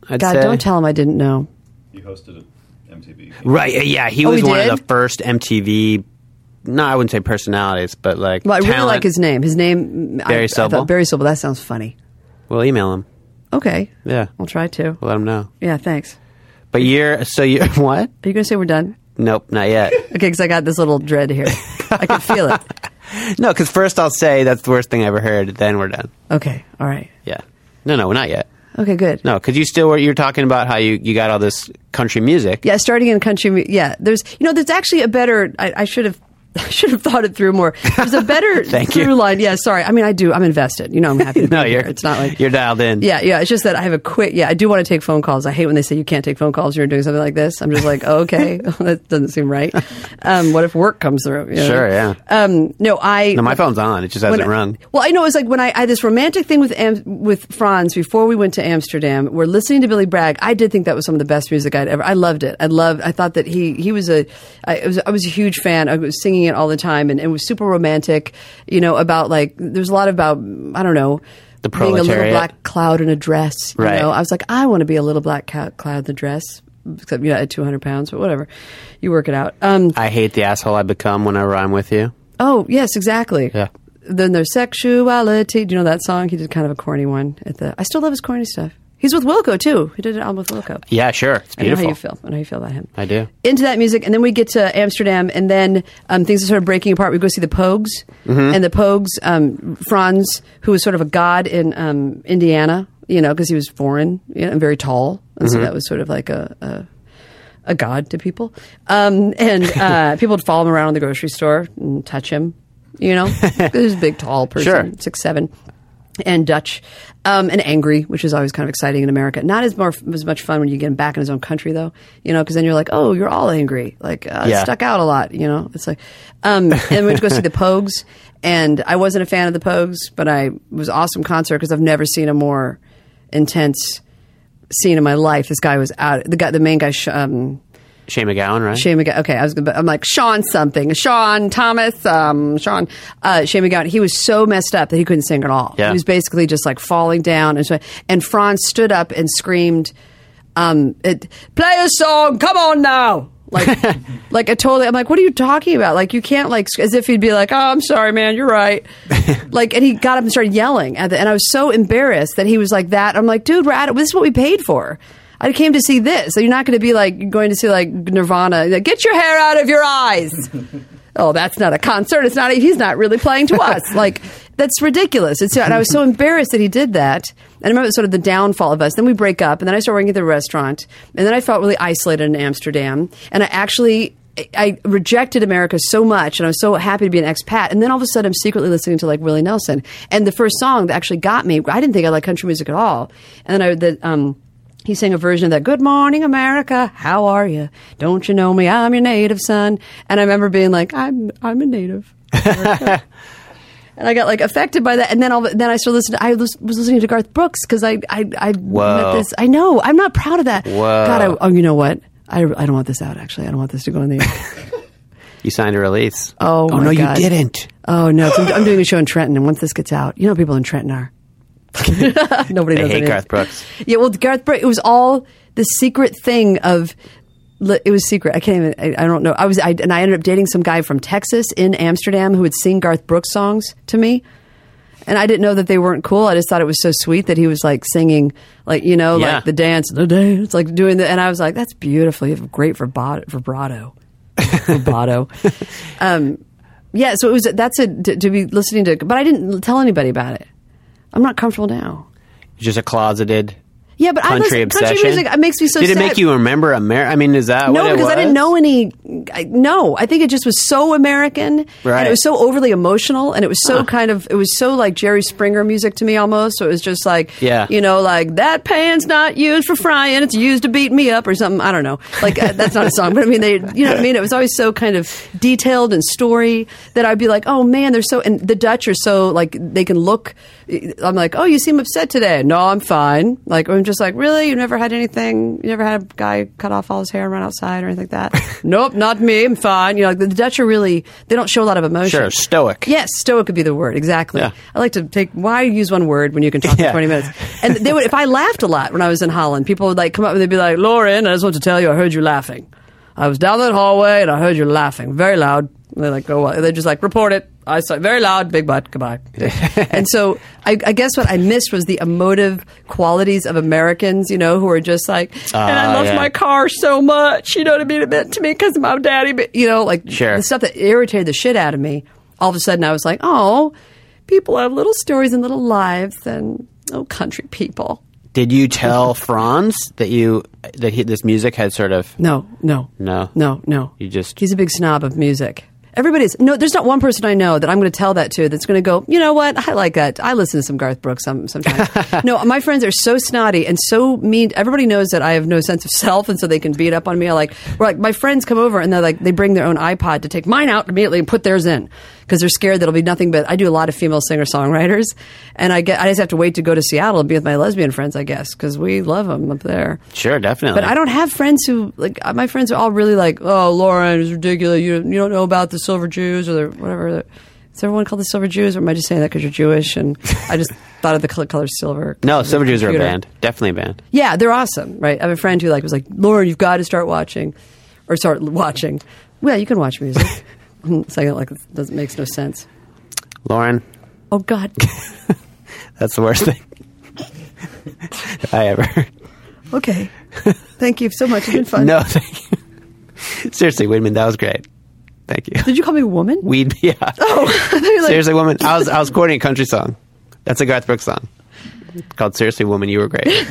S2: I'd
S6: God,
S2: say.
S6: don't tell him I didn't know.
S5: He hosted a MTV.
S2: Right. uh, Yeah. He
S6: Oh,
S2: was
S6: he
S2: one
S6: did?
S2: of the first MTV. No, I wouldn't say personalities, but like
S6: Well, I
S2: talent.
S6: really like his name. His name I-
S2: Barry
S6: I, thought
S2: Sobel?
S6: Barry Sobel. That sounds funny.
S2: We'll email him.
S6: Okay.
S2: Yeah.
S6: I'll try to.
S2: We'll let him know.
S6: Yeah. Thanks.
S2: But you're so you what?
S6: Are you going to say we're done?
S2: Nope, not yet.
S6: Okay, because I got this little dread here. I can feel it.
S2: no, because first I'll say that's the worst thing I ever heard. Then we're done.
S6: Okay. All right.
S2: Yeah. No, no, we're not yet.
S6: Okay. Good.
S2: No, because you still were. You're talking about how you you got all this country music.
S6: Yeah, starting in country. mu- Yeah, there's you know there's actually a better. I, I should have. I should have thought it through more. There's a better
S2: Thank you.
S6: through line. Yeah, sorry. I mean, I do. I'm invested. You know, I'm happy. To
S2: No,
S6: be
S2: you're.
S6: here. It's not like
S2: you're dialed in.
S6: Yeah, yeah. It's just that I have a quick. Yeah, I do want to take phone calls. I hate when they say you can't take phone calls. You're doing something like this. I'm just like, oh, okay, that doesn't seem right. Um, what if work comes through? You know?
S2: Sure, yeah.
S6: Um, no, I.
S2: No, my phone's on. It just hasn't
S6: when I-
S2: rung.
S6: Well, I know it's like when I, I had this romantic thing with Am- with Franz before we went to Amsterdam. We're listening to Billy Bragg. I did think that was some of the best music I'd ever. I loved it. I loved. I thought that he he was a I was I was a huge fan. I was singing it all the time, and it was super romantic. You know about like there's a lot about I don't know.
S2: The
S6: Being a little
S2: proletariat.
S6: black cloud in a dress, you
S2: Right.
S6: know, I was like, I want to be a little black cow- cloud in the dress, except you know, at 200 pounds, but whatever, you work it out. Um,
S2: I hate the asshole I become whenever I'm with you.
S6: Oh, yes, exactly.
S2: Yeah.
S6: Then there's sexuality. Do you know that song? He did kind of a corny one at the. I still love his corny stuff. He's with Wilco too. He did an album with Wilco.
S2: Yeah, sure. It's
S6: I know
S2: beautiful.
S6: how you feel. I know how you feel about him.
S2: I do.
S6: Into that music, and then we get to Amsterdam, and then um, things are sort of breaking apart. We go see the Pogues, and the Pogues, um, Franz, who was sort of a god in um, Indiana, you know, because he was foreign you know, and very tall, and so that was sort of like a. a a god to people, um, and uh, people would follow him around in the grocery store and touch him. You know, he was a big, tall person,
S2: Sure.
S6: six seven, and Dutch, um, and angry, which is always kind of exciting in America. Not as more as much fun when you get him back in his own country, though. You know, because then you're like, oh, you're all angry, like uh,
S2: Yeah.
S6: stuck out a lot. You know, it's like, um, and we went to go see the Pogues, and I wasn't a fan of the Pogues, but I it was an awesome concert because I've never seen a more intense scene in my life. This guy was out. The guy, the main guy. sh- Um,
S2: Shane McGowan, right?
S6: Shane McGowan. Okay, I was. gonna- I'm like Sean something. Sean Thomas. Um, Sean. Uh, Shane McGowan. He was so messed up that he couldn't sing at all.
S2: Yeah.
S6: He was basically just like falling down, and so, and Franz stood up and screamed, um, it, "Play a song! Come on now!" Like, like a totally. I'm like, what are you talking about? Like, you can't like as if he'd be like, "Oh, I'm sorry, man. You're right." like, and he got up and started yelling at the, and I was so embarrassed that he was like that. I'm like, dude, we're at it. This is what we paid for. I came to see this. So you're not going to be like going to see like Nirvana. Like, Get your hair out of your eyes. oh, that's not a concert. It's not. A, he's not really playing to us. like that's ridiculous. It's, and I was so embarrassed that he did that. And I remember it was sort of the downfall of us. Then we break up, and then I started working at the restaurant, and then I felt really isolated in Amsterdam. And I actually. I- I rejected America so much, and I was so happy to be an expat. And then all of a sudden, I'm secretly listening to like Willie Nelson. And the first song that actually got me, I didn't think I liked country music at all. And then I, the, um, he sang a version of that good morning america how are you don't you know me i'm your native son and i remember being like i'm i'm a native America." and i got like affected by that and then all then i started listening i was, was listening to garth brooks because i i i
S2: Whoa.
S6: met this i know i'm not proud of that
S2: Whoa.
S6: god I, oh you know what I, I don't want this out actually i don't want this to go in the air
S2: You signed a release.
S6: Oh, my
S2: no,
S6: God.
S2: you didn't.
S6: oh no 'cause I'm, I'm doing a show in trenton and once this gets out you know how people in trenton are nobody
S2: They
S6: knows
S2: hate
S6: anything.
S2: Garth Brooks.
S6: Yeah, well, Garth Brooks. It was all the secret thing of. li- It was secret. I can't even. I, I don't know. I was. I, and I ended up dating some guy from Texas in Amsterdam who would sing Garth Brooks songs to me. And I didn't know that they weren't cool. I just thought it was so sweet that he was like singing, like you know,
S2: Yeah.
S6: like the dance, the dance, like doing the. And I was like, that's beautiful. You have great vibrato. vibrato. vibrato. um, yeah. So it was. That's it to, to be listening to. But I didn't tell anybody about it. I'm not comfortable now.
S2: You're just a closeted.
S6: Yeah, but I
S2: country
S6: listen,
S2: obsession.
S6: country music it makes me so
S2: Did
S6: sad.
S2: it make you remember America? I mean, is that
S6: No,
S2: what it
S6: because I didn't
S2: was?
S6: know any. I, no, I think it just was so American,
S2: Right.
S6: and it was so overly emotional, and it was so kind of, it was so like Jerry Springer music to me almost. So it was just like,
S2: Yeah.
S6: you know, like that pan's not used for frying; it's used to beat me up or something. I don't know. Like uh, that's not a song, but I mean, they, you know what I mean. It was always so kind of detailed and story that I'd be like, oh man, they're so, and the Dutch are so like they can look. I'm like, oh, you seem upset today. No, I'm fine. Like I'm just like, really? You never had anything? You never had a guy cut off all his hair and run outside or anything like that? nope, not me. I'm fine. You know, like the Dutch are really, they don't show a lot of emotion.
S2: Sure, stoic.
S6: Yes, stoic would be the word. Exactly.
S2: Yeah.
S6: I like to take, why use one word when you can talk
S2: Yeah.
S6: for 20 minutes? And they would, if I laughed a lot when I was in Holland, people would like come up and they'd be like, Lauren, I just want to tell you, I heard you laughing. I was down that hallway and I heard you laughing very loud. And they're like, oh, well. They're just like, report it. I saw it very loud, big butt, goodbye. and so I, I guess what I missed was the emotive qualities of Americans, you know, who are just like, and I
S2: Ah,
S6: love
S2: yeah.
S6: my car so much, you know what I mean? It meant to me because of my daddy, but, you know, like
S2: Sure.
S6: the stuff that irritated the shit out of me. All of a sudden I was like, oh, people have little stories and little lives and, oh, country people.
S2: Did you tell Franz that you that he, this music had sort of
S6: No, no,
S2: No?
S6: no, no.
S2: You just-
S6: he's a big snob of music. Everybody's no. There's not one person I know that I'm going to tell that to that's going to go. You know what? I like that. I listen to some Garth Brooks some, sometimes. no, my friends are so snotty and so mean. Everybody knows that I have no sense of self, and so they can beat up on me. I like, we're like my friends come over and they're like they bring their own iPod to take mine out immediately and put theirs in because they're scared that'll be nothing but. I do a lot of female singer songwriters, and I get I just have to wait to go to Seattle and be with my lesbian friends, I guess, because we love them up there.
S2: sure definitely
S6: But I don't have friends who like uh, my friends are all really like, oh, Lauren is ridiculous. You you don't know about the Silver Jews or the whatever. Is everyone called the Silver Jews, or am I just saying that because you're Jewish? And I just thought of the color, color silver.
S2: no Silver
S6: Silver
S2: Jews are a band definitely a band
S6: Yeah, they're awesome, right? I have a friend who like was like, Lauren, you've got to start watching, or start l- watching. Well, you can watch music. Second, like it doesn't makes no sense.
S2: Lauren
S6: Oh God.
S2: that's the worst thing I ever heard.
S6: Okay. Thank you so much. It's been fun.
S2: no thank you seriously Weedman that was great thank you
S6: Did you call me a woman?
S2: Weed yeah
S6: Oh, You're like,
S2: seriously woman I was I was quoting a country song that's a Garth Brooks song It's called Seriously Woman You Were Great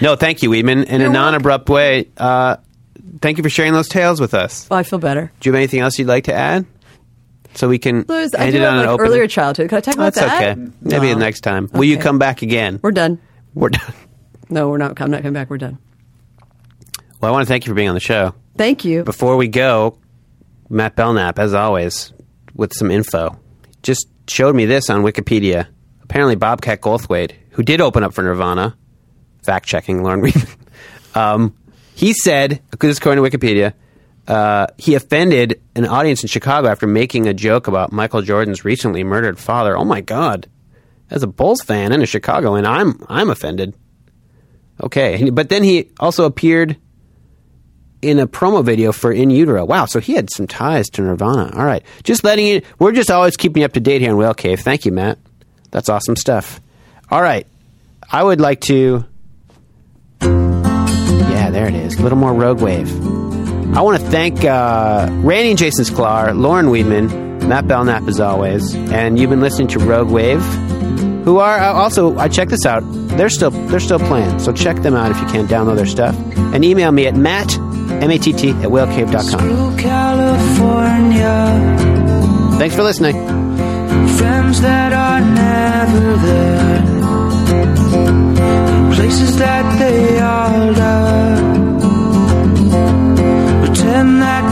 S2: no thank you Weedman in a
S6: You're
S2: non abrupt way uh, thank you for sharing those tales with us
S6: Oh, I feel better.
S2: Do you have anything else you'd like to add? So we can
S6: Liz, I
S2: end
S6: do
S2: it on
S6: have
S2: an
S6: like
S2: open.
S6: earlier childhood. Can I talk about
S2: That's
S6: that?
S2: okay. Maybe the next time. Will you
S6: Okay.
S2: come back again?
S6: We're done.
S2: We're done.
S6: No, we're not. I'm not coming back. We're done.
S2: Well, I want to thank you for being on the show.
S6: Thank you.
S2: Before we go, Matt Belknap, as always, with some info, just showed me this on Wikipedia. Apparently, Bobcat Goldthwait, who did open up for Nirvana, fact checking Lauren Reed, um, he said, this is according to Wikipedia, uh, he offended an audience in Chicago after making a joke about Michael Jordan's recently murdered father. Oh my God. As a Bulls fan and a Chicagoan, I'm I'm offended. Okay, but then he also appeared in a promo video for In Utero. Wow, so he had some ties to Nirvana. All right, just letting you. We're just always keeping you up to date here in Whale Cave. Thank you, Matt. That's awesome stuff. All right, I would like to. Yeah, there it is. A little more Rogue Wave. I want to thank uh, Randy and Jason Sklar, Lauren Weedman, Matt Belknap, as always, and you've been listening to Rogue Wave who are uh, also I check this out. They're still they're still playing, so check them out if you can. Download their stuff and email me at matt m a t t at whalecave.com.
S7: Through California,
S2: Thanks for listening.
S7: friends that are never there, places that they all love. Pretend that